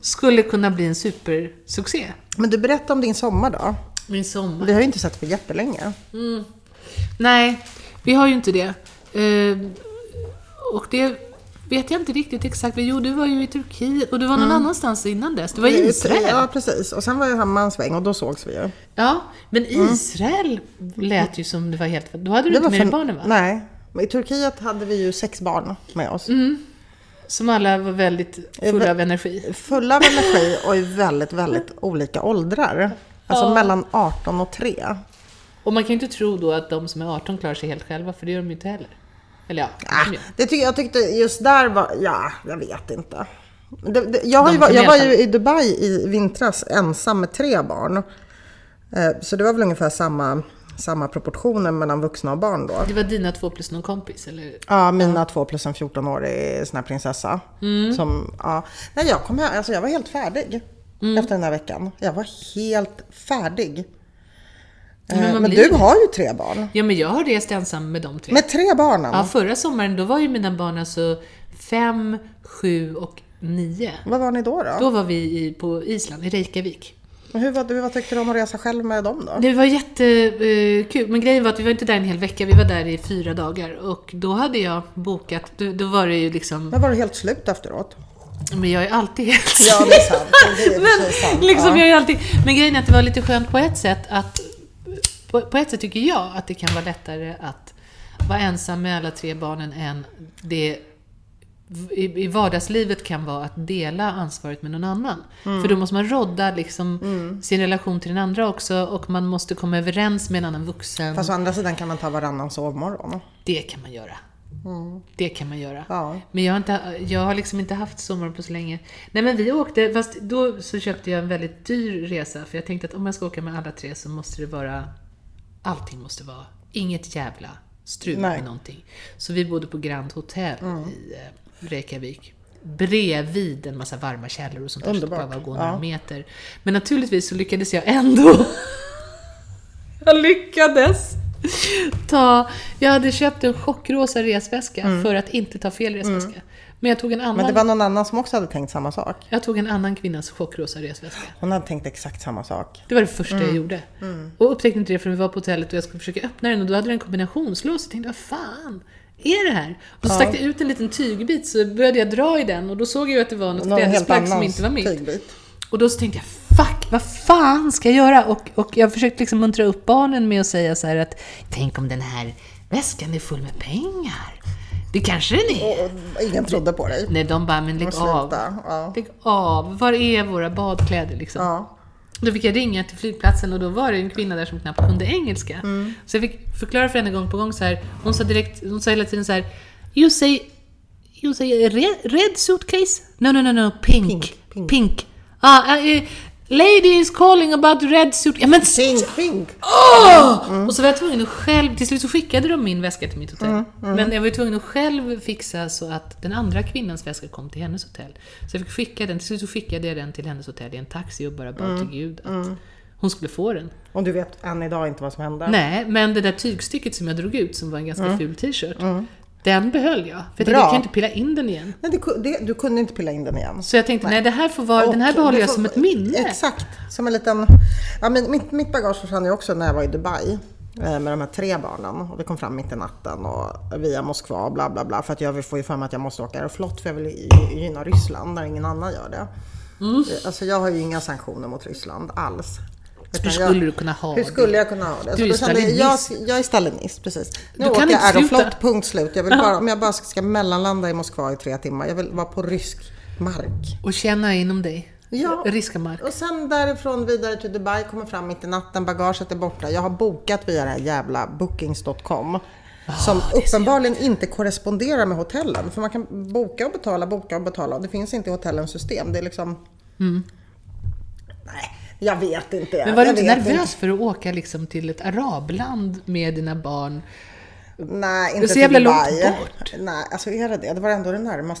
[SPEAKER 1] skulle kunna bli en supersuccé.
[SPEAKER 2] Men du berättade om din sommar då.
[SPEAKER 1] Min sommar.
[SPEAKER 2] Vi har ju inte sett på jättelänge.
[SPEAKER 1] Nej, vi har ju inte det. Eh, och det vet jag inte riktigt exakt. Jo, du var ju i Turkiet och du var någon annanstans innan dess. Du var i Israel.
[SPEAKER 2] Mm. Ja, precis. Och sen var jag hemma en sväng och då sågs vi ju.
[SPEAKER 1] Ja, men
[SPEAKER 2] Mm.
[SPEAKER 1] Israel lät ju som det var helt... Då hade du inte med dig barnen va?
[SPEAKER 2] Nej. Men I Turkiet hade vi ju sex barn med oss.
[SPEAKER 1] Mm. Som alla var väldigt
[SPEAKER 2] Eh,
[SPEAKER 1] fulla av energi.
[SPEAKER 2] Fulla av energi och i väldigt, väldigt olika åldrar. Alltså mellan 18 och 3.
[SPEAKER 1] Och man kan ju inte tro då att de som är 18 klarar sig helt själva, för det gör de ju inte heller. Eller ja,
[SPEAKER 2] Ah,
[SPEAKER 1] de gör.
[SPEAKER 2] det tycker jag tyckte just där var, ja, jag vet inte. Det, det, jag har ju,
[SPEAKER 1] De
[SPEAKER 2] var-
[SPEAKER 1] som
[SPEAKER 2] jag var ju
[SPEAKER 1] erkänner.
[SPEAKER 2] i Dubai i vintras ensam med tre barn. Eh, Så det var väl ungefär samma, samma proportioner mellan vuxna och barn då.
[SPEAKER 1] Det var dina två plus någon kompis, eller?
[SPEAKER 2] Ja, mina två plus en 14-årig sån här prinsessa.
[SPEAKER 1] Mm.
[SPEAKER 2] Som, ja. Nej, jag kom hem, alltså jag var helt färdig
[SPEAKER 1] Mm.
[SPEAKER 2] efter den här veckan. Jag var helt färdig. Eh,
[SPEAKER 1] man
[SPEAKER 2] Men,
[SPEAKER 1] blir
[SPEAKER 2] du
[SPEAKER 1] det.
[SPEAKER 2] har ju tre barn.
[SPEAKER 1] Ja, men jag har rest ensam med de tre.
[SPEAKER 2] Med tre barnen.
[SPEAKER 1] Ja, förra sommaren då var ju mina barn alltså fem, sju och nio.
[SPEAKER 2] Vad var ni då? då?
[SPEAKER 1] Då var vi i, på Island, i Reykjavik.
[SPEAKER 2] Och Hur, vad, vad tyckte du om att resa själv med dem då?
[SPEAKER 1] Det var jättekul, men grejen var att vi var inte där en hel vecka, vi var där i fyra dagar. Och då hade jag bokat, då, då var det ju liksom,
[SPEAKER 2] Men var du helt slut efteråt?
[SPEAKER 1] men jag är alltid helt
[SPEAKER 2] Ja, det är sant. Det är precis sant.
[SPEAKER 1] Men, liksom,
[SPEAKER 2] ja.
[SPEAKER 1] jag är alltid, men grejen är att det var lite skönt på ett sätt att... På, på ett sätt tycker jag att det kan vara lättare att vara ensam med alla tre barnen än det i, i vardagslivet kan vara att dela ansvaret med någon annan.
[SPEAKER 2] Mm.
[SPEAKER 1] För då måste man rodda liksom sin relation till den andra också och man måste komma överens med en annan vuxen.
[SPEAKER 2] Fast å andra sidan kan man ta varannan sovmorgon.
[SPEAKER 1] Det kan man göra. Det kan man göra.
[SPEAKER 2] Mm. Ja.
[SPEAKER 1] Men jag har, inte, jag har liksom inte haft sommar på så länge. Nej men vi åkte, fast då så köpte jag en väldigt dyr resa för jag tänkte att om jag ska åka med alla tre så måste det vara, allting måste vara, inget jävla strul
[SPEAKER 2] Nej. Mm.
[SPEAKER 1] med någonting. Så vi bodde på Grand Hotel i eh, Reykjavik. Bredvid en massa varma källor och sånt där, så det bara
[SPEAKER 2] Underbart.
[SPEAKER 1] var att gå
[SPEAKER 2] Ja.
[SPEAKER 1] några meter. Men naturligtvis så lyckades jag ändå jag lyckades ta... Jag hade köpt en chockrosa resväska för att inte ta fel resväska. Men jag tog en annan...
[SPEAKER 2] Mm. Men det var någon annan som också hade tänkt samma sak.
[SPEAKER 1] Jag tog en annan kvinnas chockrosa resväska.
[SPEAKER 2] Hon hade tänkt exakt samma sak.
[SPEAKER 1] Det var det första
[SPEAKER 2] Mm.
[SPEAKER 1] jag gjorde. Och upptäckte inte det förrän vi var på hotellet och jag skulle försöka öppna den och då hade den kombinationslås. Jag tänkte, vad fan är det här? Och så stack det ut en liten tygbit så började jag dra i den och då såg jag ju att det var något
[SPEAKER 2] Någon helt
[SPEAKER 1] klädesplagg som
[SPEAKER 2] annan
[SPEAKER 1] inte var mitt.
[SPEAKER 2] tygbit.
[SPEAKER 1] Och då så tänkte jag, fuck, vad fan ska jag göra? Och, och jag försökte liksom muntra upp barnen med att säga så här att, tänk om den här väskan är full med pengar? Det kanske den är.
[SPEAKER 2] Och ingen trodde på dig.
[SPEAKER 1] Nej, de bara, men lägg
[SPEAKER 2] sluta,
[SPEAKER 1] av.
[SPEAKER 2] ja.
[SPEAKER 1] Lägg av. Var är våra badkläder liksom?
[SPEAKER 2] Ja.
[SPEAKER 1] Då fick jag ringa till flygplatsen och då var det en kvinna där som knappt kunde engelska. Så jag fick förklara för henne gång på gång så här. Hon sa direkt, hon sa hela tiden så här. You say, you say red, red suitcase? No, no, no, no, pink. Pink. pink. Ah, ah, eh, lady is calling about red suitcase. Ja, men
[SPEAKER 2] Ping, ping.
[SPEAKER 1] Åh!
[SPEAKER 2] Mm.
[SPEAKER 1] Och så var jag tvungen att själv, till slut så skickade de min väska till mitt hotell.
[SPEAKER 2] mm.
[SPEAKER 1] Men jag var ju tvungen att själv fixa så att den andra kvinnans väska kom till hennes hotell. Så jag fick skicka den, till slut så skickade jag den till hennes hotell i en taxi och bara
[SPEAKER 2] Mm,
[SPEAKER 1] bad till gud att hon skulle få den.
[SPEAKER 2] Och du vet än idag inte vad som hände.
[SPEAKER 1] Nej, men det där tygstycket som jag drog ut som var en ganska ful t-shirt, den behöll jag. För jag tänkte,
[SPEAKER 2] Mm. Bra.
[SPEAKER 1] jag kan ju inte pilla in den igen.
[SPEAKER 2] Nej, det, ku- det, du kunde inte pilla in den igen.
[SPEAKER 1] Så jag tänkte, nej, det här får vara, den här
[SPEAKER 2] Och
[SPEAKER 1] behåller
[SPEAKER 2] du
[SPEAKER 1] jag
[SPEAKER 2] får-
[SPEAKER 1] som ett minne.
[SPEAKER 2] Exakt, som en liten... Ja, men mitt, mitt bagage försvann ju också när jag var i Dubai eh, med de här tre barnen. Och vi kom fram mitt i natten och via Moskva och bla bla bla. För att jag får ju för mig att jag måste åka Aeroflot för jag vill gy- gynna Ryssland när ingen annan gör det.
[SPEAKER 1] Mm.
[SPEAKER 2] Alltså jag har ju inga sanktioner mot Ryssland alls.
[SPEAKER 1] Hur
[SPEAKER 2] Utan jag-
[SPEAKER 1] skulle du kunna ha
[SPEAKER 2] hur
[SPEAKER 1] det?
[SPEAKER 2] skulle jag kunna ha det?
[SPEAKER 1] Du är
[SPEAKER 2] då kände jag,
[SPEAKER 1] stalinist.
[SPEAKER 2] jag, jag är stalinist, precis. Nu
[SPEAKER 1] Du kan
[SPEAKER 2] åker jag
[SPEAKER 1] inte sluta.
[SPEAKER 2] Aeroflot, punkt slut. Jag vill bara, om jag bara ska mellanlanda i Moskva i tre timmar, jag vill vara på rysk mark.
[SPEAKER 1] Och känna inom dig.
[SPEAKER 2] Ja.
[SPEAKER 1] Riskamark.
[SPEAKER 2] Och sen därifrån vidare till Dubai, kommer fram mitt i natten, bagaget är borta. Jag har bokat via det här jävla bookings.com.
[SPEAKER 1] Ah,
[SPEAKER 2] Som uppenbarligen inte korresponderar med hotellen. För man kan boka och betala, boka och betala. Och det finns inte i hotellens system. Det är liksom... Nej, jag vet inte.
[SPEAKER 1] Mm. Men var du
[SPEAKER 2] Jag
[SPEAKER 1] inte
[SPEAKER 2] vet
[SPEAKER 1] nervös för att åka liksom till ett arabland med dina barn?
[SPEAKER 2] Nej, inte
[SPEAKER 1] så
[SPEAKER 2] till
[SPEAKER 1] jävla långt
[SPEAKER 2] Dubai.
[SPEAKER 1] bort.
[SPEAKER 2] Nej, alltså är det det? Det var ändå det närmaste.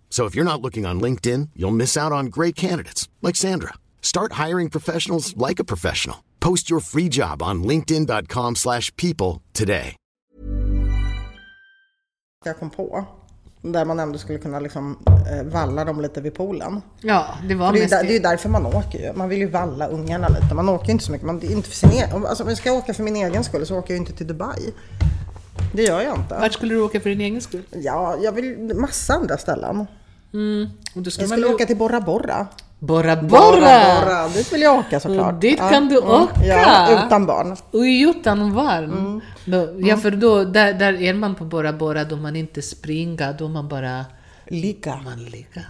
[SPEAKER 3] So if you're not looking on LinkedIn, you'll miss out on great candidates like Sandra. Start hiring professionals like a professional. Post your free job on linkedin.com/people slash people today.
[SPEAKER 2] jag kom på. Där man ändå skulle kunna liksom, eh, valla dem lite vid poolen.
[SPEAKER 1] Ja, det var
[SPEAKER 2] För det, är ju
[SPEAKER 1] mest
[SPEAKER 2] där, det är ju därför man åker ju. Man vill ju valla ungarna lite. Man åker ju inte så mycket. Man, det är inte för sin e- om- alltså, om jag ska åka för min egen skull så åker jag ju inte till Dubai. Det gör jag inte.
[SPEAKER 1] Vart skulle du åka för din egen skull?
[SPEAKER 2] Ja, jag vill massa andra ställen.
[SPEAKER 1] Och då skulle
[SPEAKER 2] Jag
[SPEAKER 1] man
[SPEAKER 2] skulle
[SPEAKER 1] ju-
[SPEAKER 2] åka till Borra Borra.
[SPEAKER 1] Borra Borra!
[SPEAKER 2] Borra! Dit vill jag åka såklart.
[SPEAKER 1] Och dit
[SPEAKER 2] Ja,
[SPEAKER 1] kan du
[SPEAKER 2] mm,
[SPEAKER 1] åka.
[SPEAKER 2] Ja, utan barn.
[SPEAKER 1] Och utan varm.
[SPEAKER 2] Mm.
[SPEAKER 1] Då, ja, för då, där, där är man på Bora Bora då man inte springer, då man bara
[SPEAKER 2] Ligga.
[SPEAKER 1] man ligger.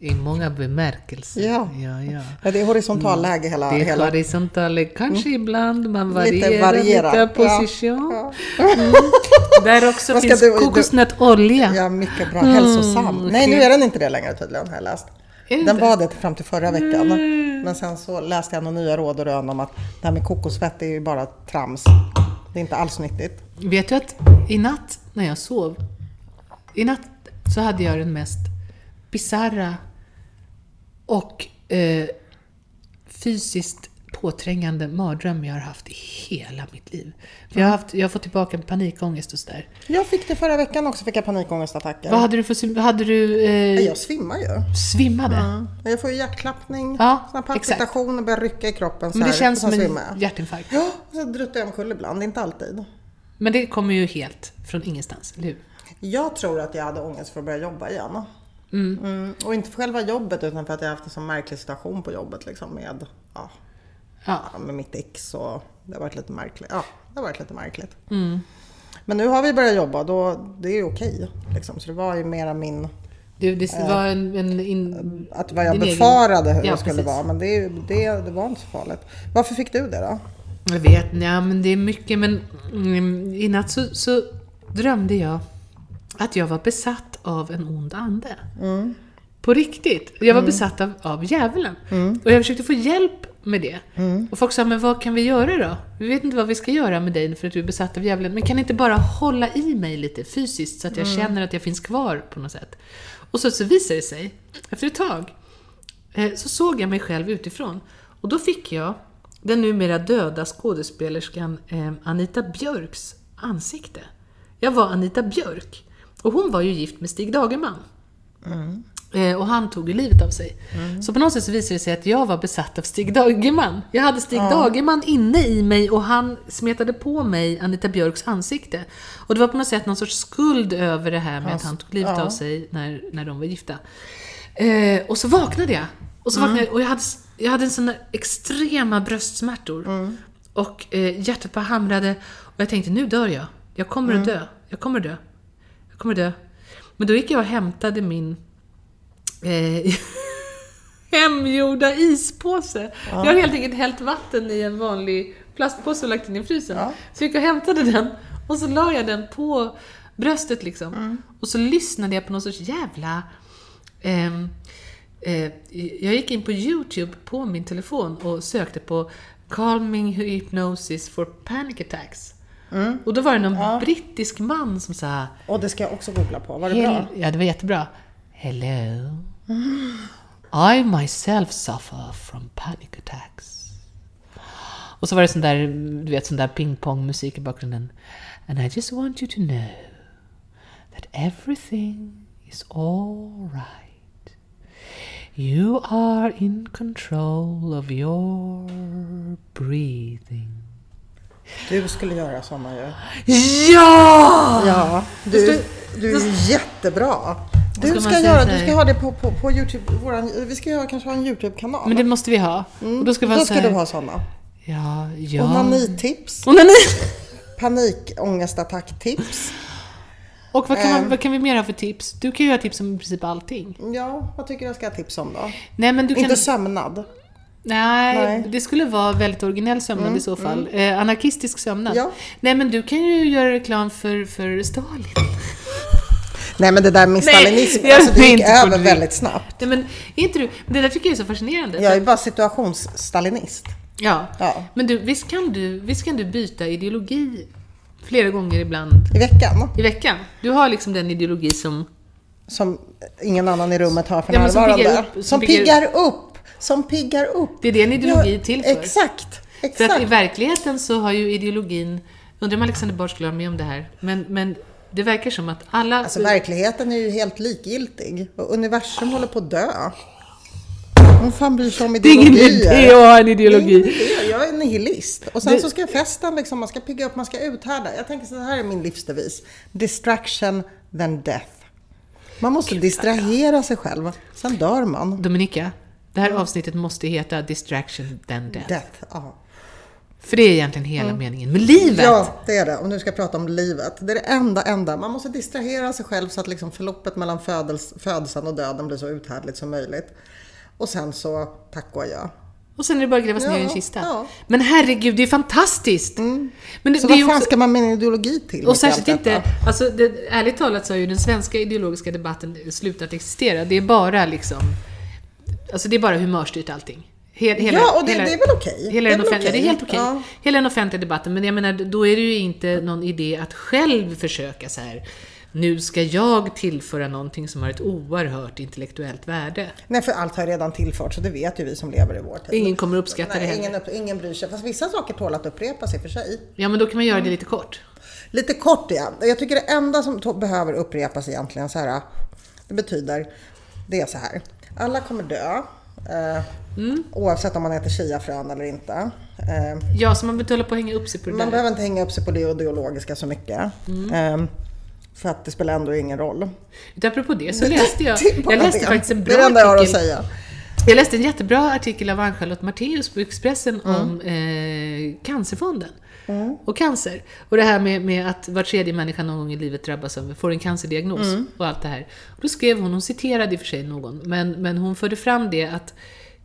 [SPEAKER 1] I många bemärkelser.
[SPEAKER 2] Mm. Ja.
[SPEAKER 1] ja, ja.
[SPEAKER 2] Ja, det är horisontalläge hela...
[SPEAKER 1] Det är
[SPEAKER 2] hela. Mm.
[SPEAKER 1] horisontala, kanske ibland, man varierar
[SPEAKER 2] Lite
[SPEAKER 1] lite,
[SPEAKER 2] varierat, ja.
[SPEAKER 1] position. Mm. Där också
[SPEAKER 2] Vad ska
[SPEAKER 1] finns
[SPEAKER 2] du- du-
[SPEAKER 1] kokosnötolja.
[SPEAKER 2] Ja, mycket bra. Hälsosam. Nej, nu är den inte det längre tydligen, har jag läst.
[SPEAKER 1] Mm, den Mm.
[SPEAKER 2] Den var det till- fram till förra veckan. Men sen så läste jag några nya råd och rön om att det här med kokosfett är ju bara trams. Det är inte alls nyttigt.
[SPEAKER 1] Vet du att i natt när jag sov, i natt så hade jag den mest bisarra och eh, fysiskt påträngande mardröm jag har haft i hela mitt liv. För jag, har haft, jag har fått tillbaka en panikångest och sådär.
[SPEAKER 2] Jag fick det förra veckan också, fick jag panikångestattacker.
[SPEAKER 1] Vad hade du för sym- Hade du...
[SPEAKER 2] Nej,
[SPEAKER 1] Eh,
[SPEAKER 2] Jag svimmar ju.
[SPEAKER 1] svimmade?
[SPEAKER 2] Jag får ju hjärtklappning,
[SPEAKER 1] Ja,
[SPEAKER 2] sån här palpitation och börjar rycka i kroppen. Så
[SPEAKER 1] Men det
[SPEAKER 2] här,
[SPEAKER 1] känns
[SPEAKER 2] och sen
[SPEAKER 1] som en
[SPEAKER 2] svimmar jag.
[SPEAKER 1] hjärtinfarkt.
[SPEAKER 2] Ja, och så druttar jag omkull ibland, inte alltid.
[SPEAKER 1] Men det kommer ju helt från ingenstans, eller hur?
[SPEAKER 2] Jag tror att jag hade ångest för att börja jobba igen. Mm, och inte för själva jobbet utan för att jag haft en sån märklig situation på jobbet liksom med, ja,
[SPEAKER 1] Ja.
[SPEAKER 2] ja, med mitt ex och det har varit lite märkligt. Ja, det har varit lite märkligt.
[SPEAKER 1] Mm.
[SPEAKER 2] Men nu har vi börjat jobba då, det är ju okej. Liksom. Så det var ju mera min,
[SPEAKER 1] Du, det var en... en in,
[SPEAKER 2] Eh. att vad jag
[SPEAKER 1] din egen-
[SPEAKER 2] befarade hur
[SPEAKER 1] Ja,
[SPEAKER 2] det skulle
[SPEAKER 1] precis.
[SPEAKER 2] vara. Men det, är ju- det, det var inte så farligt. Varför fick du det då?
[SPEAKER 1] Jag vet, ja men det är mycket men mm, i natt så, så drömde jag att jag var besatt av en ond ande. På riktigt. Jag var besatt av, av djävulen. Och jag försökte få hjälp med det. Och folk sa, men vad kan vi göra då? Vi vet inte vad vi ska göra med dig för att du är besatt av djävulen. Men kan inte bara hålla i mig lite fysiskt så att jag känner att jag finns kvar på något sätt? Och så, så visar det sig, efter ett tag, Eh, så såg jag mig själv utifrån. Och då fick jag den numera döda skådespelerskan eh, Anita Björks ansikte. Jag var Anita Björk. Och hon var ju gift med Stig Dagerman. Eh, Och han tog ju livet av sig. Så på något sätt så visade det sig att jag var besatt av Stig Dagerman. Jag hade Stig Dagerman inne i mig och han smetade på mig Anita Björks ansikte. Och det var på något sätt någon sorts skuld över det här med att han tog livet av sig när, när de var gifta. Eh, och så vaknade jag. Och, så vaknade jag, och jag, hade, jag hade en sån där extrema bröstsmärtor. Och eh, hjärtat bara hamrade. Och jag tänkte, nu dör jag. Jag kommer att dö. Jag kommer att dö. Jag kommer att dö. Men då gick jag och hämtade min eh, hemgjorda ispåse. Jag har helt enkelt hällt vatten i en vanlig plastpåse och lagt den i frysen. Så jag gick och hämtade den och så la jag den på bröstet liksom. Och så lyssnade jag på någon sorts jävla... ehm, eh, jag gick in på YouTube på min telefon och sökte på Calming Hypnosis for Panic Attacks. Och då var det någon brittisk man som sa
[SPEAKER 2] Och det ska jag också googla på. Var det
[SPEAKER 1] Hel-
[SPEAKER 2] bra?
[SPEAKER 1] Ja, det var jättebra. Hello. I myself suffer from panic attacks. Och så var det sån där, du vet, sån där pingpongmusik i bakgrunden. And I just want you to know that everything is all right. You are in control of your breathing.
[SPEAKER 2] Du skulle göra såna ju.
[SPEAKER 1] Ja!
[SPEAKER 2] Ja, du, du är jättebra. Du
[SPEAKER 1] man
[SPEAKER 2] ska,
[SPEAKER 1] säga
[SPEAKER 2] göra,
[SPEAKER 1] så här?
[SPEAKER 2] du ska ha det på, på, på Youtube. Våran, vi ska göra, kanske ha en Youtube-kanal.
[SPEAKER 1] Men det måste vi ha. Och då ska vi
[SPEAKER 2] Då ska
[SPEAKER 1] så här-
[SPEAKER 2] du ha såna.
[SPEAKER 1] Ja, ja.
[SPEAKER 2] Onanitips,
[SPEAKER 1] Onani!
[SPEAKER 2] panikångestattacktips.
[SPEAKER 1] Och vad kan,
[SPEAKER 2] Ehm.
[SPEAKER 1] man, vad kan vi mer ha för tips? Du kan ju ha tips om i princip allting.
[SPEAKER 2] Ja, vad tycker du jag ska ha tips om då?
[SPEAKER 1] Nej, men du kan...
[SPEAKER 2] Inte sömnad.
[SPEAKER 1] nej,
[SPEAKER 2] Nej. Mm,
[SPEAKER 1] det skulle vara väldigt originell sömnad i så fall. Eh, anarkistisk sömnad.
[SPEAKER 2] Ja.
[SPEAKER 1] Nej, men du kan ju göra reklam för, för Stalin.
[SPEAKER 2] Nej men det där med
[SPEAKER 1] Nej,
[SPEAKER 2] stalinism,
[SPEAKER 1] jag
[SPEAKER 2] alltså, det
[SPEAKER 1] vet
[SPEAKER 2] gick
[SPEAKER 1] inte vad
[SPEAKER 2] över
[SPEAKER 1] du-
[SPEAKER 2] väldigt snabbt.
[SPEAKER 1] Nej, men är inte du... Det där tycker jag är så fascinerande.
[SPEAKER 2] Jag är bara situationsstalinist.
[SPEAKER 1] Ja.
[SPEAKER 2] Ja.
[SPEAKER 1] Men du, visst kan du, visst kan du byta ideologi flera gånger ibland
[SPEAKER 2] I veckan,
[SPEAKER 1] i veckan? Du har liksom den ideologi som...
[SPEAKER 2] som ingen annan i rummet har för
[SPEAKER 1] Ja, men som
[SPEAKER 2] närvarande.
[SPEAKER 1] piggar upp- som
[SPEAKER 2] som,
[SPEAKER 1] piggar-
[SPEAKER 2] piggar upp! Som piggar upp!
[SPEAKER 1] Det är det en ideologi är till för.
[SPEAKER 2] Exakt!
[SPEAKER 1] För att i
[SPEAKER 2] Exakt!
[SPEAKER 1] verkligheten så har ju ideologin, undrar om Alexander Bard skulle ha med om det här, men, men det verkar som att alla...
[SPEAKER 2] Alltså verkligheten är ju helt likgiltig. Och universum håller på att dö. Vem fan bryr sig om
[SPEAKER 1] det är ingen idé att
[SPEAKER 2] ideologier?
[SPEAKER 1] ha en
[SPEAKER 2] Det är ingen
[SPEAKER 1] ideologi.
[SPEAKER 2] idé. Jag är nihilist. Och sen
[SPEAKER 1] Det-
[SPEAKER 2] så ska festen liksom, man ska pigga upp, man ska uthärda. Jag tänker så här är min livsdevis. Distraction than death. Man måste distrahera sig själv. Sen dör man.
[SPEAKER 1] Dominika, det här avsnittet måste heta Distraction than Death.
[SPEAKER 2] Death, ja.
[SPEAKER 1] För det är egentligen hela meningen med livet.
[SPEAKER 2] Ja, det är det. Om du ska prata om livet. Det är det enda, enda. Man måste distrahera sig själv så att liksom förloppet mellan födels, födseln och döden blir så uthärdligt som möjligt. Och sen så, tack och adjö.
[SPEAKER 1] Och sen är det bara att grävas ner i en
[SPEAKER 2] Ja,
[SPEAKER 1] kista.
[SPEAKER 2] ja. Mm.
[SPEAKER 1] Men herregud, det är fantastiskt! Men det, det
[SPEAKER 2] Så
[SPEAKER 1] är
[SPEAKER 2] vad
[SPEAKER 1] ju
[SPEAKER 2] fan
[SPEAKER 1] också-
[SPEAKER 2] ska man med en ideologi till?
[SPEAKER 1] Och
[SPEAKER 2] mitt i allt
[SPEAKER 1] särskilt inte,
[SPEAKER 2] detta?
[SPEAKER 1] alltså det, ärligt talat så har ju den svenska ideologiska debatten slutat existera. Det är bara liksom, alltså det är bara humörstyrt allting. Hel, hela,
[SPEAKER 2] Ja, och det-
[SPEAKER 1] hela,
[SPEAKER 2] det är väl okej.
[SPEAKER 1] Hela
[SPEAKER 2] Det
[SPEAKER 1] den
[SPEAKER 2] är väl
[SPEAKER 1] offentliga,
[SPEAKER 2] okej.
[SPEAKER 1] det är helt okej.
[SPEAKER 2] Ja.
[SPEAKER 1] Hela den offentliga debatten, men jag menar då är det ju inte någon idé att själv försöka så här. nu ska jag tillföra någonting som har ett oerhört intellektuellt värde.
[SPEAKER 2] Nej, för allt har ju redan tillfört så det vet ju vi som lever i vår tid.
[SPEAKER 1] Ingen kommer uppskatta det
[SPEAKER 2] Nej,
[SPEAKER 1] heller.
[SPEAKER 2] ingen, upp, ingen bryr sig. Fast vissa saker tål att upprepas i och för sig.
[SPEAKER 1] Ja, men då kan man
[SPEAKER 2] Mm.
[SPEAKER 1] göra det lite kort.
[SPEAKER 2] Lite kort igen. Jag tycker det enda som to- behöver upprepas egentligen så här. Det betyder, det är så här. Alla kommer dö. Eh,
[SPEAKER 1] Mm.
[SPEAKER 2] Oavsett om man äter chiafrön eller inte. Eh,
[SPEAKER 1] Ja, så man behöver inte hålla på att hänga upp sig på det
[SPEAKER 2] man
[SPEAKER 1] där.
[SPEAKER 2] behöver inte hänga upp sig på det ideologiska så mycket.
[SPEAKER 1] Mm.
[SPEAKER 2] Eh, för att det spelar ändå ingen roll.
[SPEAKER 1] Utan apropå det så läste jag,
[SPEAKER 2] Det är bara
[SPEAKER 1] jag läste
[SPEAKER 2] det.
[SPEAKER 1] faktiskt en bra
[SPEAKER 2] Det är det enda jag har att
[SPEAKER 1] artikel.
[SPEAKER 2] säga.
[SPEAKER 1] Jag läste en jättebra artikel av Ann-Charlotte Matteus på Expressen om eh, Cancerfonden och cancer. Och det här med, med att var tredje människa någon gång i livet drabbas av, får en cancerdiagnos
[SPEAKER 2] Mm.
[SPEAKER 1] och allt det här. Och då skrev hon, hon citerade i och för sig någon, men, men hon förde fram det att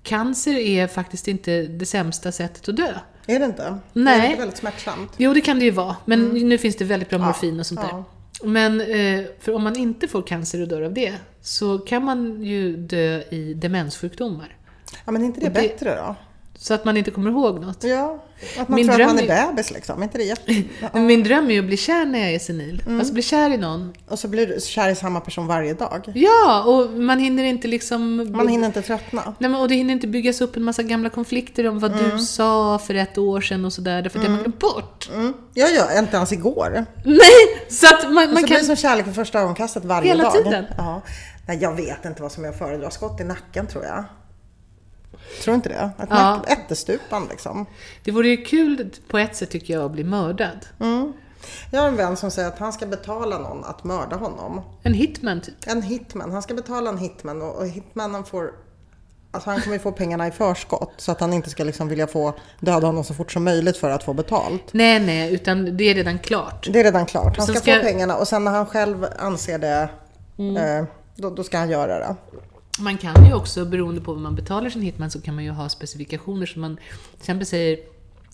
[SPEAKER 1] cancer är faktiskt inte det sämsta sättet att dö.
[SPEAKER 2] Är det inte? Det är
[SPEAKER 1] Nej.
[SPEAKER 2] inte väldigt smärtsamt.
[SPEAKER 1] Jo, det kan det ju vara. Men nu finns det väldigt bra morfin och sånt
[SPEAKER 2] Mm. ja.
[SPEAKER 1] där. Men eh, för om man inte får cancer och dör av det, så kan man ju dö i demenssjukdomar.
[SPEAKER 2] Ja, men är inte det,
[SPEAKER 1] Och det-
[SPEAKER 2] bättre då?
[SPEAKER 1] Så att man inte kommer ihåg något.
[SPEAKER 2] Ja, att man
[SPEAKER 1] Min
[SPEAKER 2] tror att
[SPEAKER 1] dröm
[SPEAKER 2] man är
[SPEAKER 1] är-
[SPEAKER 2] bebis liksom. Är inte det jätte...
[SPEAKER 1] Men Min dröm är ju att bli kär när jag är senil.
[SPEAKER 2] Mm.
[SPEAKER 1] Alltså bli kär i någon.
[SPEAKER 2] Och så blir du kär i samma person varje dag.
[SPEAKER 1] Ja, och man hinner inte liksom...
[SPEAKER 2] Man hinner inte tröttna.
[SPEAKER 1] Nej, men, och det hinner inte byggas upp en massa gamla konflikter om vad
[SPEAKER 2] Mm.
[SPEAKER 1] du sa för ett år sedan och sådär, därför att det har man glömt bort.
[SPEAKER 2] Jag gör Mm. inte ens igår.
[SPEAKER 1] Nej! Så att man, man
[SPEAKER 2] Man så blir
[SPEAKER 1] kan...
[SPEAKER 2] Alltså, det som kärlek vid första ögonkastet varje
[SPEAKER 1] Hela
[SPEAKER 2] dag.
[SPEAKER 1] tiden?
[SPEAKER 2] Ja. Nej, jag vet inte vad som jag föredrar. Skott i nacken tror jag. Tror inte det? Ett
[SPEAKER 1] Ja.
[SPEAKER 2] nack- ättestupan liksom.
[SPEAKER 1] Det vore ju kul på ett sätt tycker jag att bli mördad.
[SPEAKER 2] Mm. Jag har en vän som säger att han ska betala någon att mörda honom.
[SPEAKER 1] En hitman typ.
[SPEAKER 2] En hitman. Han ska betala en hitman och, och hitmannen får... Alltså han kommer ju få pengarna i förskott så att han inte ska liksom vilja få döda honom så fort som möjligt för att få betalt.
[SPEAKER 1] Nej, nej, utan det är redan klart.
[SPEAKER 2] Det är redan klart. Han
[SPEAKER 1] Sen
[SPEAKER 2] ska,
[SPEAKER 1] ska- Mm.
[SPEAKER 2] få pengarna och sen när han själv anser det, eh, då, då ska han göra det.
[SPEAKER 1] Man kan ju också, beroende på vad man betalar sin hitman, så kan man ju ha specifikationer som man till exempel säger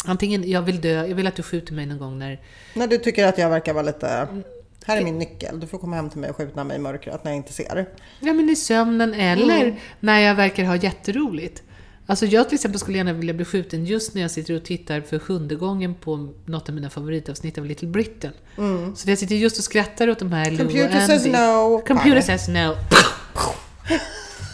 [SPEAKER 1] antingen jag vill dö, jag vill att du skjuter mig någon gång när...
[SPEAKER 2] När du tycker att jag verkar vara lite... Här är min nyckel, du får komma hem till mig och skjuta mig i mörkret när jag inte ser.
[SPEAKER 1] Ja, men i sömnen eller
[SPEAKER 2] Mm.
[SPEAKER 1] när jag verkar ha jätteroligt. Alltså jag till exempel skulle gärna vilja bli skjuten just när jag sitter och tittar för sjunde gången på något av mina favoritavsnitt av Little Britain. Så jag sitter just och skrattar åt de här Lou och
[SPEAKER 2] Mm. Computer says
[SPEAKER 1] Andy.
[SPEAKER 2] no.
[SPEAKER 1] Computer
[SPEAKER 2] Pang.
[SPEAKER 1] says no.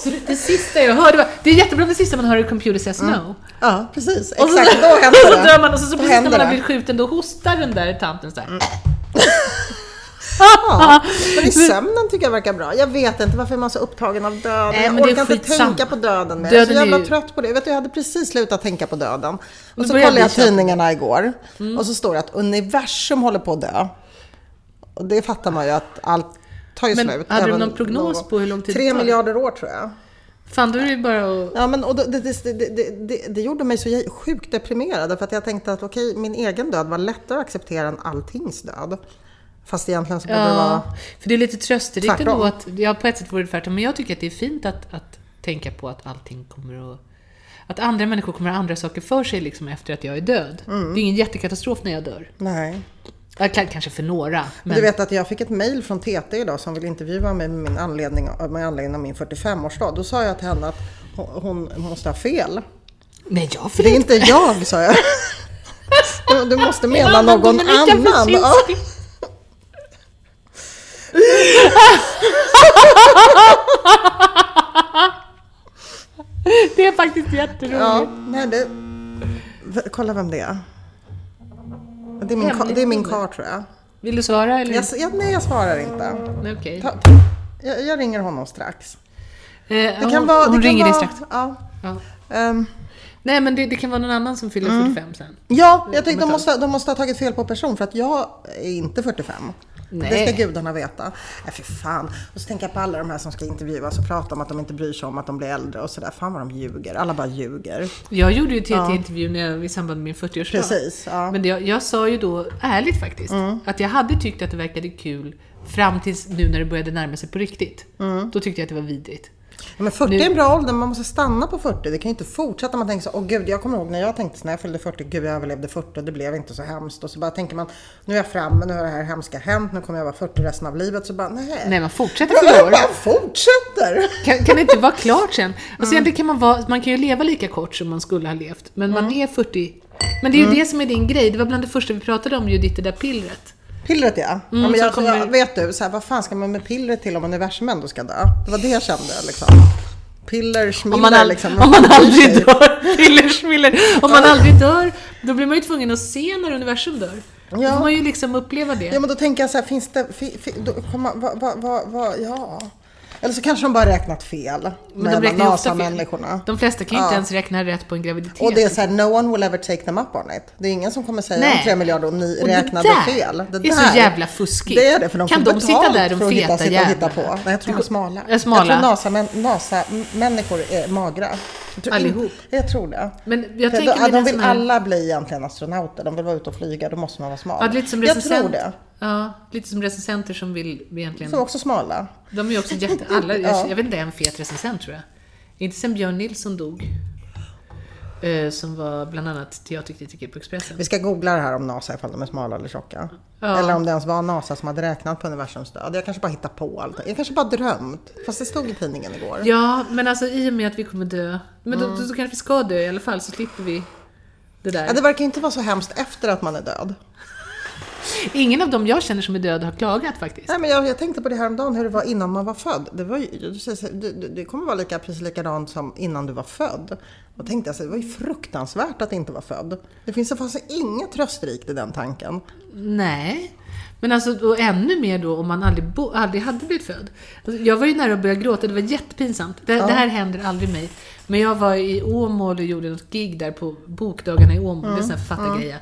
[SPEAKER 1] Så det, det sista jag hörde var, det är jättebra det sista man hör är computer says no.
[SPEAKER 2] Ja, precis.
[SPEAKER 1] Och så-
[SPEAKER 2] Mm. Exakt, då
[SPEAKER 1] och så
[SPEAKER 2] händer
[SPEAKER 1] dör
[SPEAKER 2] det.
[SPEAKER 1] man och så, så
[SPEAKER 2] Då
[SPEAKER 1] precis när
[SPEAKER 2] händer
[SPEAKER 1] man har
[SPEAKER 2] det. Mm.
[SPEAKER 1] blivit skjuten då hostar den där tanten så här.
[SPEAKER 2] Ja, men i sömnen tycker jag verkar bra. Jag vet inte varför är man så upptagen av döden.
[SPEAKER 1] Nej, men
[SPEAKER 2] jag
[SPEAKER 1] det är
[SPEAKER 2] orkar inte
[SPEAKER 1] skitsamma.
[SPEAKER 2] tänka på döden mer. jag är
[SPEAKER 1] Döden
[SPEAKER 2] så
[SPEAKER 1] är
[SPEAKER 2] jävla
[SPEAKER 1] ju-
[SPEAKER 2] trött på det. Jag, vet, du, jag hade precis slutat tänka på döden. Och så
[SPEAKER 1] börjar
[SPEAKER 2] kollade jag
[SPEAKER 1] bli Mm. så.
[SPEAKER 2] tidningarna igår och så står det att universum håller på att dö. Och det fattar man ju att allt tar ju
[SPEAKER 1] Men
[SPEAKER 2] slut.
[SPEAKER 1] hade du
[SPEAKER 2] även
[SPEAKER 1] någon prognos
[SPEAKER 2] någon-
[SPEAKER 1] på hur lång tid det
[SPEAKER 2] Tre
[SPEAKER 1] tar?
[SPEAKER 2] miljarder år tror jag.
[SPEAKER 1] Fan då är det ju bara att...
[SPEAKER 2] Ja, men, och då- det, det, det, det, det, det gjorde mig så jä- sjukt deprimerad för att jag tänkte att okej, min egen död var lättare att acceptera än alltings död. Fast egentligen så borde det vara...
[SPEAKER 1] Ja, för det är lite trösterikt
[SPEAKER 2] Tvärtom.
[SPEAKER 1] ändå att, ja på ett sätt vore det tvärtom, men jag tycker att det är fint att, att tänka på att allting kommer att... Att andra människor kommer att ha andra saker för sig liksom efter att jag är död.
[SPEAKER 2] Mm.
[SPEAKER 1] Det är ingen jättekatastrof när jag dör.
[SPEAKER 2] Nej.
[SPEAKER 1] Ja, k- Kanske för några, men...
[SPEAKER 2] Du vet att jag fick ett mail från TT idag som vill intervjua mig med, min anledning, med anledning av min 45-årsdag. Då sa jag till henne att hon, hon måste ha fel.
[SPEAKER 1] Nej, jag
[SPEAKER 2] Det är
[SPEAKER 1] förlåt!
[SPEAKER 2] inte jag, sa jag. Du, du måste mena
[SPEAKER 1] annan
[SPEAKER 2] någon
[SPEAKER 1] Dominika
[SPEAKER 2] annan. Ja.
[SPEAKER 1] Brzezinski. Det är faktiskt jätteroligt.
[SPEAKER 2] Ja, nej, det, v- kolla vem det är. Det är min, ka, det är min kar tror jag.
[SPEAKER 1] Vill du svara eller?
[SPEAKER 2] jag. s- Jag, nej, jag svarar inte.
[SPEAKER 1] Nej, Okej.
[SPEAKER 2] Ta, jag, jag ringer honom strax.
[SPEAKER 1] Eh,
[SPEAKER 2] Det
[SPEAKER 1] hon
[SPEAKER 2] kan vara,
[SPEAKER 1] hon
[SPEAKER 2] det kan
[SPEAKER 1] ringer
[SPEAKER 2] vara,
[SPEAKER 1] dig strax.
[SPEAKER 2] Ja.
[SPEAKER 1] Ja.
[SPEAKER 2] Ehm,
[SPEAKER 1] Nej men det, det kan vara någon annan som fyller
[SPEAKER 2] Mm.
[SPEAKER 1] 45 sen.
[SPEAKER 2] Ja, jag tänkte de måste, de måste ha tagit fel på person för att jag är inte 45. Det
[SPEAKER 1] Nej.
[SPEAKER 2] ska gudarna veta. Nej, för fan. Och så tänker jag på alla de här som ska intervjuas och prata om att de inte bryr sig om att de blir äldre och sådär. Fan vad de ljuger. Alla bara ljuger.
[SPEAKER 1] Jag gjorde ju TT-intervju när jag- i samband med min 40-årsdag.
[SPEAKER 2] Precis, ja. Mm.
[SPEAKER 1] Men det, jag, jag sa ju då, ärligt faktiskt, att jag hade tyckt att det verkade kul fram tills nu när det började närma sig på riktigt.
[SPEAKER 2] Mm.
[SPEAKER 1] Då tyckte jag att det var vidrigt.
[SPEAKER 2] Ja, men 40 är en bra ålder, man måste stanna på 40. Det kan ju inte fortsätta. Man tänker så, åh gud, jag kommer ihåg när jag tänkte så när jag fyllde 40, gud jag överlevde 40 det blev inte så hemskt. Och så bara tänker man, nu är jag framme, nu har det här hemska hänt, nu kommer jag vara 40 resten av livet. Så bara, nej.
[SPEAKER 1] Nej, man fortsätter fylla år.
[SPEAKER 2] Man fortsätter!
[SPEAKER 1] Kan, kan det inte vara klart sen? Alltså,
[SPEAKER 2] Mm.
[SPEAKER 1] egentligen kan man, vara, man kan ju leva lika kort som man skulle ha levt, men man
[SPEAKER 2] Mm.
[SPEAKER 1] är 40. Men det är ju det som är din grej. Det var bland det första vi pratade om, ju ditt det där pillret.
[SPEAKER 2] Pillret ja. ja men
[SPEAKER 1] Mm, så
[SPEAKER 2] jag,
[SPEAKER 1] kommer-
[SPEAKER 2] jag, vet du, så här, vad fan ska man med pillret till om universum ändå ska dö? Det var det jag kände liksom. Piller, smiller
[SPEAKER 1] Om man, al-
[SPEAKER 2] liksom.
[SPEAKER 1] om man
[SPEAKER 2] bryr
[SPEAKER 1] aldrig
[SPEAKER 2] sig.
[SPEAKER 1] dör, piller, smiller. Om man aldrig dör, då blir man ju tvungen att se när universum dör. Då
[SPEAKER 2] Ja.
[SPEAKER 1] får man ju liksom uppleva det.
[SPEAKER 2] Ja men då tänker jag så här, finns det, fi, fi, då, kommer man, va, va, va, va, ja. Eller så kanske de bara räknat fel.
[SPEAKER 1] Men de räknar ju ofta fel.
[SPEAKER 2] människorna.
[SPEAKER 1] De flesta kan ju inte ens räkna rätt på en graviditet.
[SPEAKER 2] Och det är så här, no one will ever take them up on it. Det är ingen som kommer säga
[SPEAKER 1] Nej.
[SPEAKER 2] om 3 miljarder och ni
[SPEAKER 1] Och det
[SPEAKER 2] räknade
[SPEAKER 1] där
[SPEAKER 2] fel. Det
[SPEAKER 1] är så jävla fuskigt.
[SPEAKER 2] Det är det, för de
[SPEAKER 1] Kan
[SPEAKER 2] får
[SPEAKER 1] de
[SPEAKER 2] betalt
[SPEAKER 1] sitta där, de
[SPEAKER 2] för att hitta,
[SPEAKER 1] feta
[SPEAKER 2] sitta och hitta på.
[SPEAKER 1] jävlarna?
[SPEAKER 2] Nej, jag tror de är smala.
[SPEAKER 1] Ja, smala.
[SPEAKER 2] Jag tror NASA-män- NASA-människor är magra. Jag tror
[SPEAKER 1] Allihop.
[SPEAKER 2] inte- Jag tror det.
[SPEAKER 1] Men jag
[SPEAKER 2] För
[SPEAKER 1] tänker
[SPEAKER 2] då,
[SPEAKER 1] med
[SPEAKER 2] de
[SPEAKER 1] den
[SPEAKER 2] vill
[SPEAKER 1] som är-
[SPEAKER 2] alla bli egentligen astronauter. De vill vara ute och flyga, då måste man vara smal.
[SPEAKER 1] Ja, det är lite som
[SPEAKER 2] jag tror
[SPEAKER 1] recensent.
[SPEAKER 2] det.
[SPEAKER 1] Ja, lite som recensenter som vill egentligen...
[SPEAKER 2] Som också smala.
[SPEAKER 1] De är ju också jätte... Alla, jag,
[SPEAKER 2] Ja.
[SPEAKER 1] jag vet inte, en fet recensent tror jag. Inte sen Björn Nilsson dog. eh, som var bland annat teaterkritiker på Expressen.
[SPEAKER 2] Vi ska googla det här om NASA ifall de är smala eller tjocka. Eller om det ens var NASA som hade räknat på universums död. Jag kanske bara hittar på allt. Jag kanske bara drömt. Fast det stod i tidningen igår.
[SPEAKER 1] Ja, men alltså i och med att vi kommer dö, men då, då, då kanske vi ska dö i alla fall så slipper vi det där.
[SPEAKER 2] Mm. Ja, det verkar ju inte vara så hemskt efter att man är död.
[SPEAKER 1] Ingen av dem jag känner som är död har klagat faktiskt.
[SPEAKER 2] Nej, men jag, jag tänkte på det här om dagen hur det var innan man var född. Det, var ju, du säger så här, du- du- det kommer vara lika, precis likadant som innan du var född. Då tänkte jag så här, det var ju fruktansvärt att inte vara född. Det finns det fanns inget trösterikt i den tanken.
[SPEAKER 1] Nej. Men alltså, och ännu mer då om man aldrig, bo, aldrig hade blivit född. Alltså, jag var ju nära att börja gråta, det var jättepinsamt. Det, det här händer aldrig mig. Men jag var i Åmål och gjorde något gig där på bokdagarna i Åmål, det är en sån här författargreja.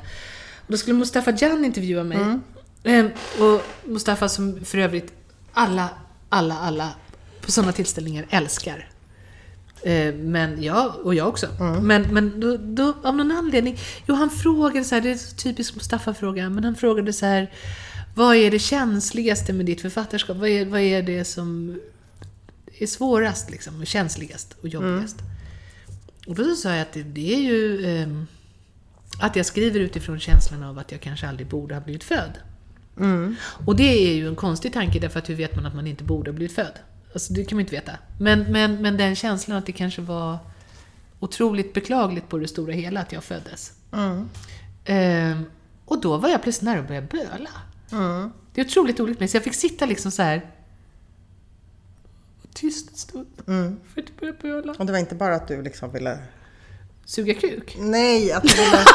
[SPEAKER 1] Och Då skulle Mustafa Jan intervjua mig. Ehm, och Mustafa som för övrigt alla, alla, alla på sådana tillställningar älskar. Eh, Men jag, och jag också. Men, men då, då, av någon anledning, jo han frågade så här, det är så typiskt Mustafa-fråga, men han frågade så här, vad är det känsligaste med ditt författarskap? Vad är, vad är det som är svårast liksom, och känsligast och jobbigast? Och då sa jag att det, det är ju ehm, att jag skriver utifrån känslan av att jag kanske aldrig borde ha blivit född. Och det är ju en konstig tanke därför att hur vet man att man inte borde ha blivit född? Alltså det kan man ju inte veta. Men, men, men den känslan att det kanske var otroligt beklagligt på det stora hela att jag föddes. Ehm, och då var jag plötsligt nära att börja böla. Det är otroligt roligt med så jag fick sitta liksom så här tyst en stund. För att börja böla.
[SPEAKER 2] Och det var inte bara att du liksom ville...
[SPEAKER 1] Suga kuk.
[SPEAKER 2] Nej, att du ville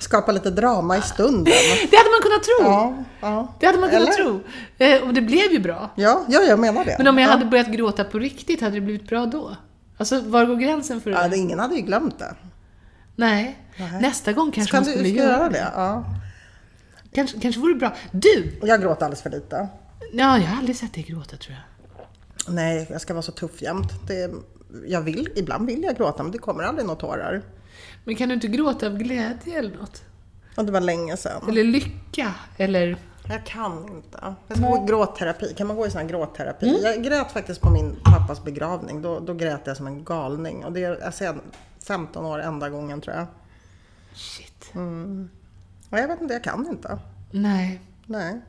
[SPEAKER 2] skapa lite drama i stunden.
[SPEAKER 1] Det hade man kunnat tro!
[SPEAKER 2] Ja, ja.
[SPEAKER 1] Det hade man kunnat
[SPEAKER 2] Eller?
[SPEAKER 1] tro. Eh, och det blev ju bra.
[SPEAKER 2] Ja, ja, jag menar det.
[SPEAKER 1] Men om jag
[SPEAKER 2] ja.
[SPEAKER 1] hade börjat gråta på riktigt, hade det blivit bra då? Alltså, var går gränsen för det?
[SPEAKER 2] Ja, det, ingen hade ju glömt det.
[SPEAKER 1] Nej. Nästa gång kanske
[SPEAKER 2] Kan
[SPEAKER 1] man
[SPEAKER 2] du
[SPEAKER 1] skulle
[SPEAKER 2] ska
[SPEAKER 1] göra
[SPEAKER 2] göra
[SPEAKER 1] det.
[SPEAKER 2] det? Ja.
[SPEAKER 1] Kanske, kanske vore det bra. Du!
[SPEAKER 2] Och Jag gråter alldeles för lite.
[SPEAKER 1] Ja, jag har aldrig sett dig gråta tror jag.
[SPEAKER 2] Nej, jag ska vara så tuff jämt. Det, jag vill, ibland vill jag gråta men det kommer aldrig några tårar.
[SPEAKER 1] Men kan du inte gråta av glädje eller något?
[SPEAKER 2] Och det var länge sedan.
[SPEAKER 1] Eller lycka? Eller...
[SPEAKER 2] Jag kan inte. Jag ska gå i gråtterapi. Kan man gå i sån här gråtterapi?
[SPEAKER 1] Mm.
[SPEAKER 2] Jag grät faktiskt på min pappas begravning. Då, då grät jag som en galning. Och det är alltså, jag- 15 år enda gången tror jag.
[SPEAKER 1] Shit.
[SPEAKER 2] Mm. Och jag vet inte, jag kan inte.
[SPEAKER 1] Nej.
[SPEAKER 2] Nej.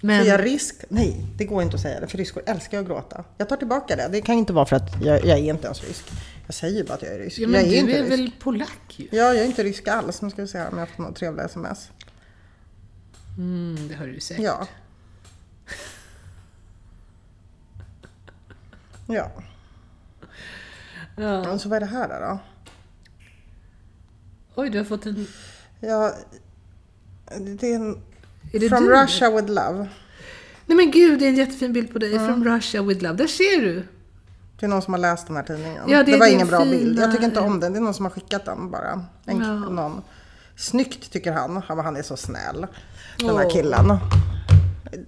[SPEAKER 1] Men...
[SPEAKER 2] Ser jag risk? Nej, det går inte att säga det. För ryskor älskar ju att gråta. Jag tar tillbaka det. Det kan ju inte vara för att jag, jag är inte ens rysk. Jag säger ju bara att jag är rysk.
[SPEAKER 1] Ja, men
[SPEAKER 2] jag är
[SPEAKER 1] du
[SPEAKER 2] ju inte
[SPEAKER 1] är
[SPEAKER 2] rysk.
[SPEAKER 1] väl polack ju?
[SPEAKER 2] Ja, jag är inte rysk alls. Nu ska vi se här om jag har fått något trevligt sms.
[SPEAKER 1] Mm, det har du säkert.
[SPEAKER 2] Ja. Ja. ja. Så vad är det här då?
[SPEAKER 1] Oj, du har fått en...
[SPEAKER 2] Ja, det är en...
[SPEAKER 1] Är det
[SPEAKER 2] From
[SPEAKER 1] du?
[SPEAKER 2] Russia with love.
[SPEAKER 1] Nej men gud, det är en jättefin bild på dig. From Russia with love. Där ser du!
[SPEAKER 2] Det är någon som har läst den här tidningen.
[SPEAKER 1] Ja, det
[SPEAKER 2] det,
[SPEAKER 1] är
[SPEAKER 2] var
[SPEAKER 1] din
[SPEAKER 2] ingen bra
[SPEAKER 1] fina-
[SPEAKER 2] bild. Jag tycker inte om den. Det är någon som har skickat den bara. En, någon. Snyggt tycker han. Han han är så snäll. Den här
[SPEAKER 1] Åh.
[SPEAKER 2] killen.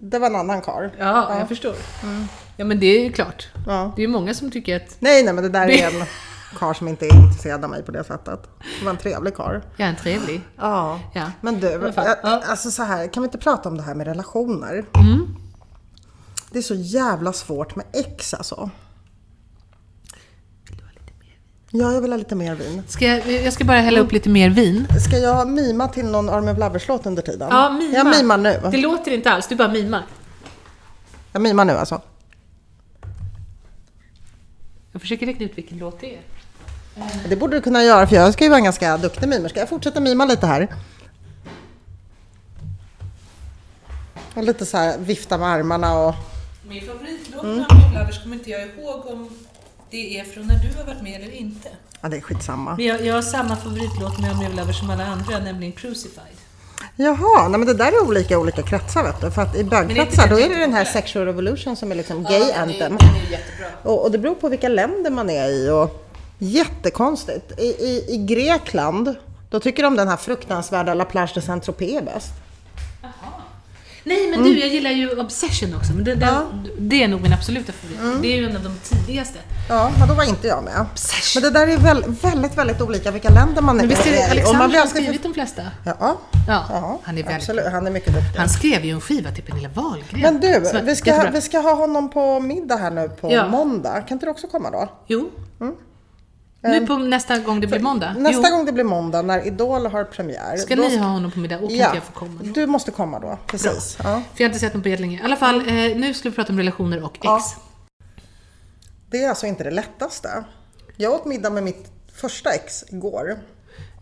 [SPEAKER 2] Det var en annan karl.
[SPEAKER 1] Ja, jag förstår. Ja, men det är ju klart.
[SPEAKER 2] Mm. Ja.
[SPEAKER 1] Det är ju många som tycker att
[SPEAKER 2] Nej, nej, men det där är en karl som inte är intresserad av mig på det sättet. Det var en trevlig karl.
[SPEAKER 1] jag är en trevlig.
[SPEAKER 2] Ja.
[SPEAKER 1] Ja.
[SPEAKER 2] Men
[SPEAKER 1] I alla
[SPEAKER 2] du,
[SPEAKER 1] fall.
[SPEAKER 2] jag,
[SPEAKER 1] Ja. Mm.
[SPEAKER 2] alltså så här, kan vi inte prata om det här med relationer? Det är så jävla svårt med ex alltså. Ja, jag vill ha lite mer vin.
[SPEAKER 1] Ska jag, jag ska bara hälla upp lite mer vin.
[SPEAKER 2] Ska jag mima till någon Army of Lovers-låt under tiden?
[SPEAKER 1] Ja, mima.
[SPEAKER 2] Jag mimar nu.
[SPEAKER 1] Det låter inte alls, du bara mimar.
[SPEAKER 2] Jag mimar nu alltså.
[SPEAKER 1] Jag försöker räkna ut vilken låt det är.
[SPEAKER 2] Det borde du kunna göra för jag ska ju vara en ganska duktig mimer. Ska jag fortsätta mima lite här? Och lite så här vifta med armarna och...
[SPEAKER 1] Min favoritlåt mm. Army Lovers kommer inte jag ihåg om det är från när du har varit med eller inte.
[SPEAKER 2] Ja, det är skitsamma.
[SPEAKER 1] Men jag, jag har samma favoritlåt med Army Lovers som alla andra, nämligen Crucified.
[SPEAKER 2] Jaha, nej men det där är olika i olika kretsar vet du. För att i bögkretsar då är det den här sexual revolution som är liksom gay anthem. Och, och det beror på vilka länder man är i och jättekonstigt. I, i, i Grekland, då tycker de den här fruktansvärda La Plage de Saint-Tropez är bäst.
[SPEAKER 1] Nej men du, jag gillar ju Obsession också. Men det, det, det är nog min absoluta favorit.
[SPEAKER 2] Mm.
[SPEAKER 1] Det är ju en av de tidigaste.
[SPEAKER 2] Ja, men då var inte jag med. Men det där är väl, väldigt, väldigt olika vilka länder man är
[SPEAKER 1] Men visst är det
[SPEAKER 2] i.
[SPEAKER 1] Alexander
[SPEAKER 2] Och man
[SPEAKER 1] som
[SPEAKER 2] blir
[SPEAKER 1] har
[SPEAKER 2] alltid-
[SPEAKER 1] skrivit de flesta?
[SPEAKER 2] Ja,
[SPEAKER 1] Ja,
[SPEAKER 2] ja,
[SPEAKER 1] han är väldigt
[SPEAKER 2] absolut.
[SPEAKER 1] bra.
[SPEAKER 2] Han är mycket duktig.
[SPEAKER 1] Han skrev ju en skiva till Pernilla Wahlgren.
[SPEAKER 2] Men
[SPEAKER 1] Som
[SPEAKER 2] du,
[SPEAKER 1] var
[SPEAKER 2] vi ska,
[SPEAKER 1] jättebra.
[SPEAKER 2] vi ska ha honom på middag här nu på
[SPEAKER 1] Ja.
[SPEAKER 2] måndag. Kan inte du också komma då?
[SPEAKER 1] Jo. Nu på nästa gång det blir måndag.
[SPEAKER 2] Mm. Ehm, Nästa
[SPEAKER 1] Jo,
[SPEAKER 2] gång det blir måndag när Idol har premiär.
[SPEAKER 1] Ska
[SPEAKER 2] då
[SPEAKER 1] ni ha honom på middag och kan inte jag få komma? då?
[SPEAKER 2] Du måste komma då, precis. Ja.
[SPEAKER 1] För jag har inte sett honom på jättelänge. I alla fall, eh, nu ska vi prata om relationer och ex.
[SPEAKER 2] Mm. Ja. Det är alltså inte det lättaste. Jag åt middag med mitt första ex igår.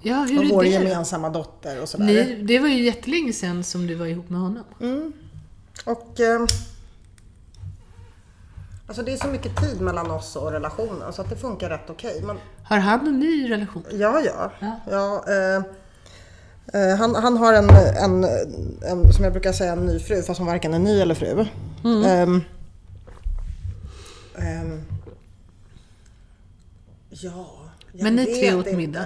[SPEAKER 1] Ja,
[SPEAKER 2] Och
[SPEAKER 1] hur
[SPEAKER 2] vår
[SPEAKER 1] är det?
[SPEAKER 2] gemensamma dotter och sådär.
[SPEAKER 1] Ni, det var ju jättelänge sedan som du var ihop med honom.
[SPEAKER 2] Mm. Och... Eh, alltså det är så mycket tid mellan oss och relationen så att det funkar rätt okej. Men
[SPEAKER 1] Har han en ny relation?
[SPEAKER 2] Ja, ja.
[SPEAKER 1] Ja.
[SPEAKER 2] ja eh, eh, han, han har en, en, en, som jag brukar säga, en ny fru fast hon varken är ny eller fru.
[SPEAKER 1] Mm.
[SPEAKER 2] Ehm, ehm, ja, jag
[SPEAKER 1] Men ni tre
[SPEAKER 2] vet
[SPEAKER 1] åt
[SPEAKER 2] inte.
[SPEAKER 1] middag?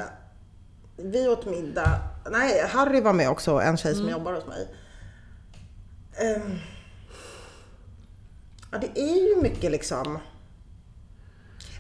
[SPEAKER 2] Vi åt middag. Nej, Harry var med också, en tjej
[SPEAKER 1] Mm.
[SPEAKER 2] som jobbar hos mig. Ehm, ja, det är ju mycket liksom...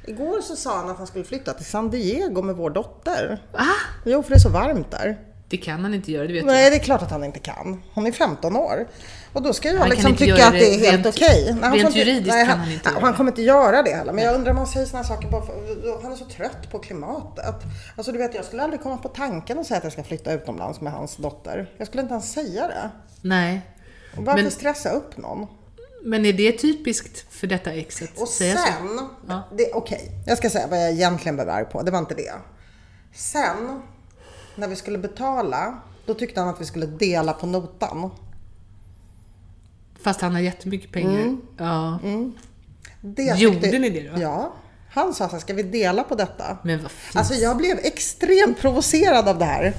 [SPEAKER 2] Igår så sa han att han skulle flytta till San Diego med vår dotter.
[SPEAKER 1] Va?
[SPEAKER 2] Jo, för det är så varmt där.
[SPEAKER 1] Det kan han inte göra, det vet
[SPEAKER 2] Nej, det är klart att han inte kan. Hon är 15 år. Och då ska ju han
[SPEAKER 1] Han kan
[SPEAKER 2] liksom
[SPEAKER 1] inte
[SPEAKER 2] tycka
[SPEAKER 1] göra
[SPEAKER 2] att det är
[SPEAKER 1] det
[SPEAKER 2] helt
[SPEAKER 1] rent-
[SPEAKER 2] okej. Nej, han
[SPEAKER 1] rent
[SPEAKER 2] får inte-
[SPEAKER 1] juridiskt
[SPEAKER 2] nej,
[SPEAKER 1] kan han inte
[SPEAKER 2] Och
[SPEAKER 1] göra
[SPEAKER 2] han
[SPEAKER 1] det.
[SPEAKER 2] kommer inte göra det heller. Men jag undrar om han säger såna här saker bara för, Han är så trött på klimatet. Alltså du vet, jag skulle aldrig komma på tanken att säga att jag ska flytta utomlands med hans dotter. Jag skulle inte ens säga det.
[SPEAKER 1] jag. Nej.
[SPEAKER 2] Och Varför
[SPEAKER 1] Men-
[SPEAKER 2] stressa upp någon?
[SPEAKER 1] Men är det typiskt för detta exet?
[SPEAKER 2] Och
[SPEAKER 1] Säga
[SPEAKER 2] sen,
[SPEAKER 1] så?
[SPEAKER 2] det- det- okej, jag ska säga vad jag egentligen blev arg på, det var inte det. Sen, när vi skulle betala, då tyckte han att vi skulle dela på notan.
[SPEAKER 1] Fast han har jättemycket pengar.
[SPEAKER 2] Mm.
[SPEAKER 1] Ja.
[SPEAKER 2] Det
[SPEAKER 1] Gjorde ni det då?
[SPEAKER 2] Ja. Han sa så här, ska vi dela på detta?
[SPEAKER 1] Men vad fint.
[SPEAKER 2] Alltså jag blev extremt provocerad av det här.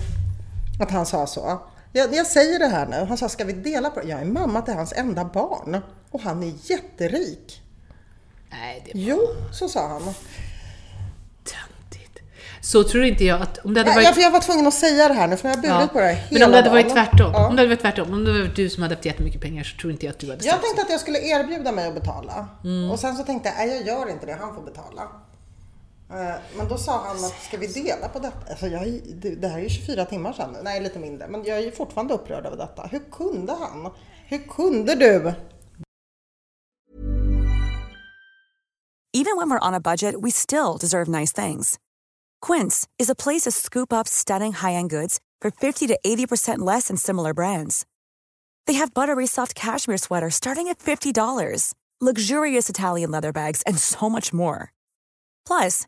[SPEAKER 2] Att han sa så. Jag, jag säger det här nu. Han sa, ska vi dela på det? Jag är mamma till hans enda barn. Och han är jätterik.
[SPEAKER 1] Nej, det är
[SPEAKER 2] Jo, så sa han.
[SPEAKER 1] töntigt. Så tror inte jag att... Om det hade
[SPEAKER 2] Nej,
[SPEAKER 1] varit...
[SPEAKER 2] jag, för jag var tvungen att säga det här nu, för jag har burit
[SPEAKER 1] Ja.
[SPEAKER 2] på det här
[SPEAKER 1] Men
[SPEAKER 2] hela
[SPEAKER 1] om det hade varit
[SPEAKER 2] dagen.
[SPEAKER 1] tvärtom.
[SPEAKER 2] Ja.
[SPEAKER 1] Om det hade varit tvärtom. Om det hade varit du som hade haft jättemycket pengar så Mm. tror inte jag att du hade
[SPEAKER 2] Jag
[SPEAKER 1] sagt
[SPEAKER 2] tänkte att jag skulle erbjuda mig att betala. Och sen så tänkte jag, nej jag gör inte det, han får betala. Eh, Men då sa han att, ska vi dela på detta? Alltså jag, är ju- det- det här är ju 24 timmar sedan. Nej, lite mindre. Men jag är ju fortfarande upprörd över detta. Hur kunde han? Hur kunde du?
[SPEAKER 4] Even when we're on a budget, we still deserve nice things. Quince is a place to scoop up stunning high end goods for 50 to 80% less than similar brands. They have buttery soft cashmere sweaters starting at $50, luxurious Italian leather bags, and so much more. Plus,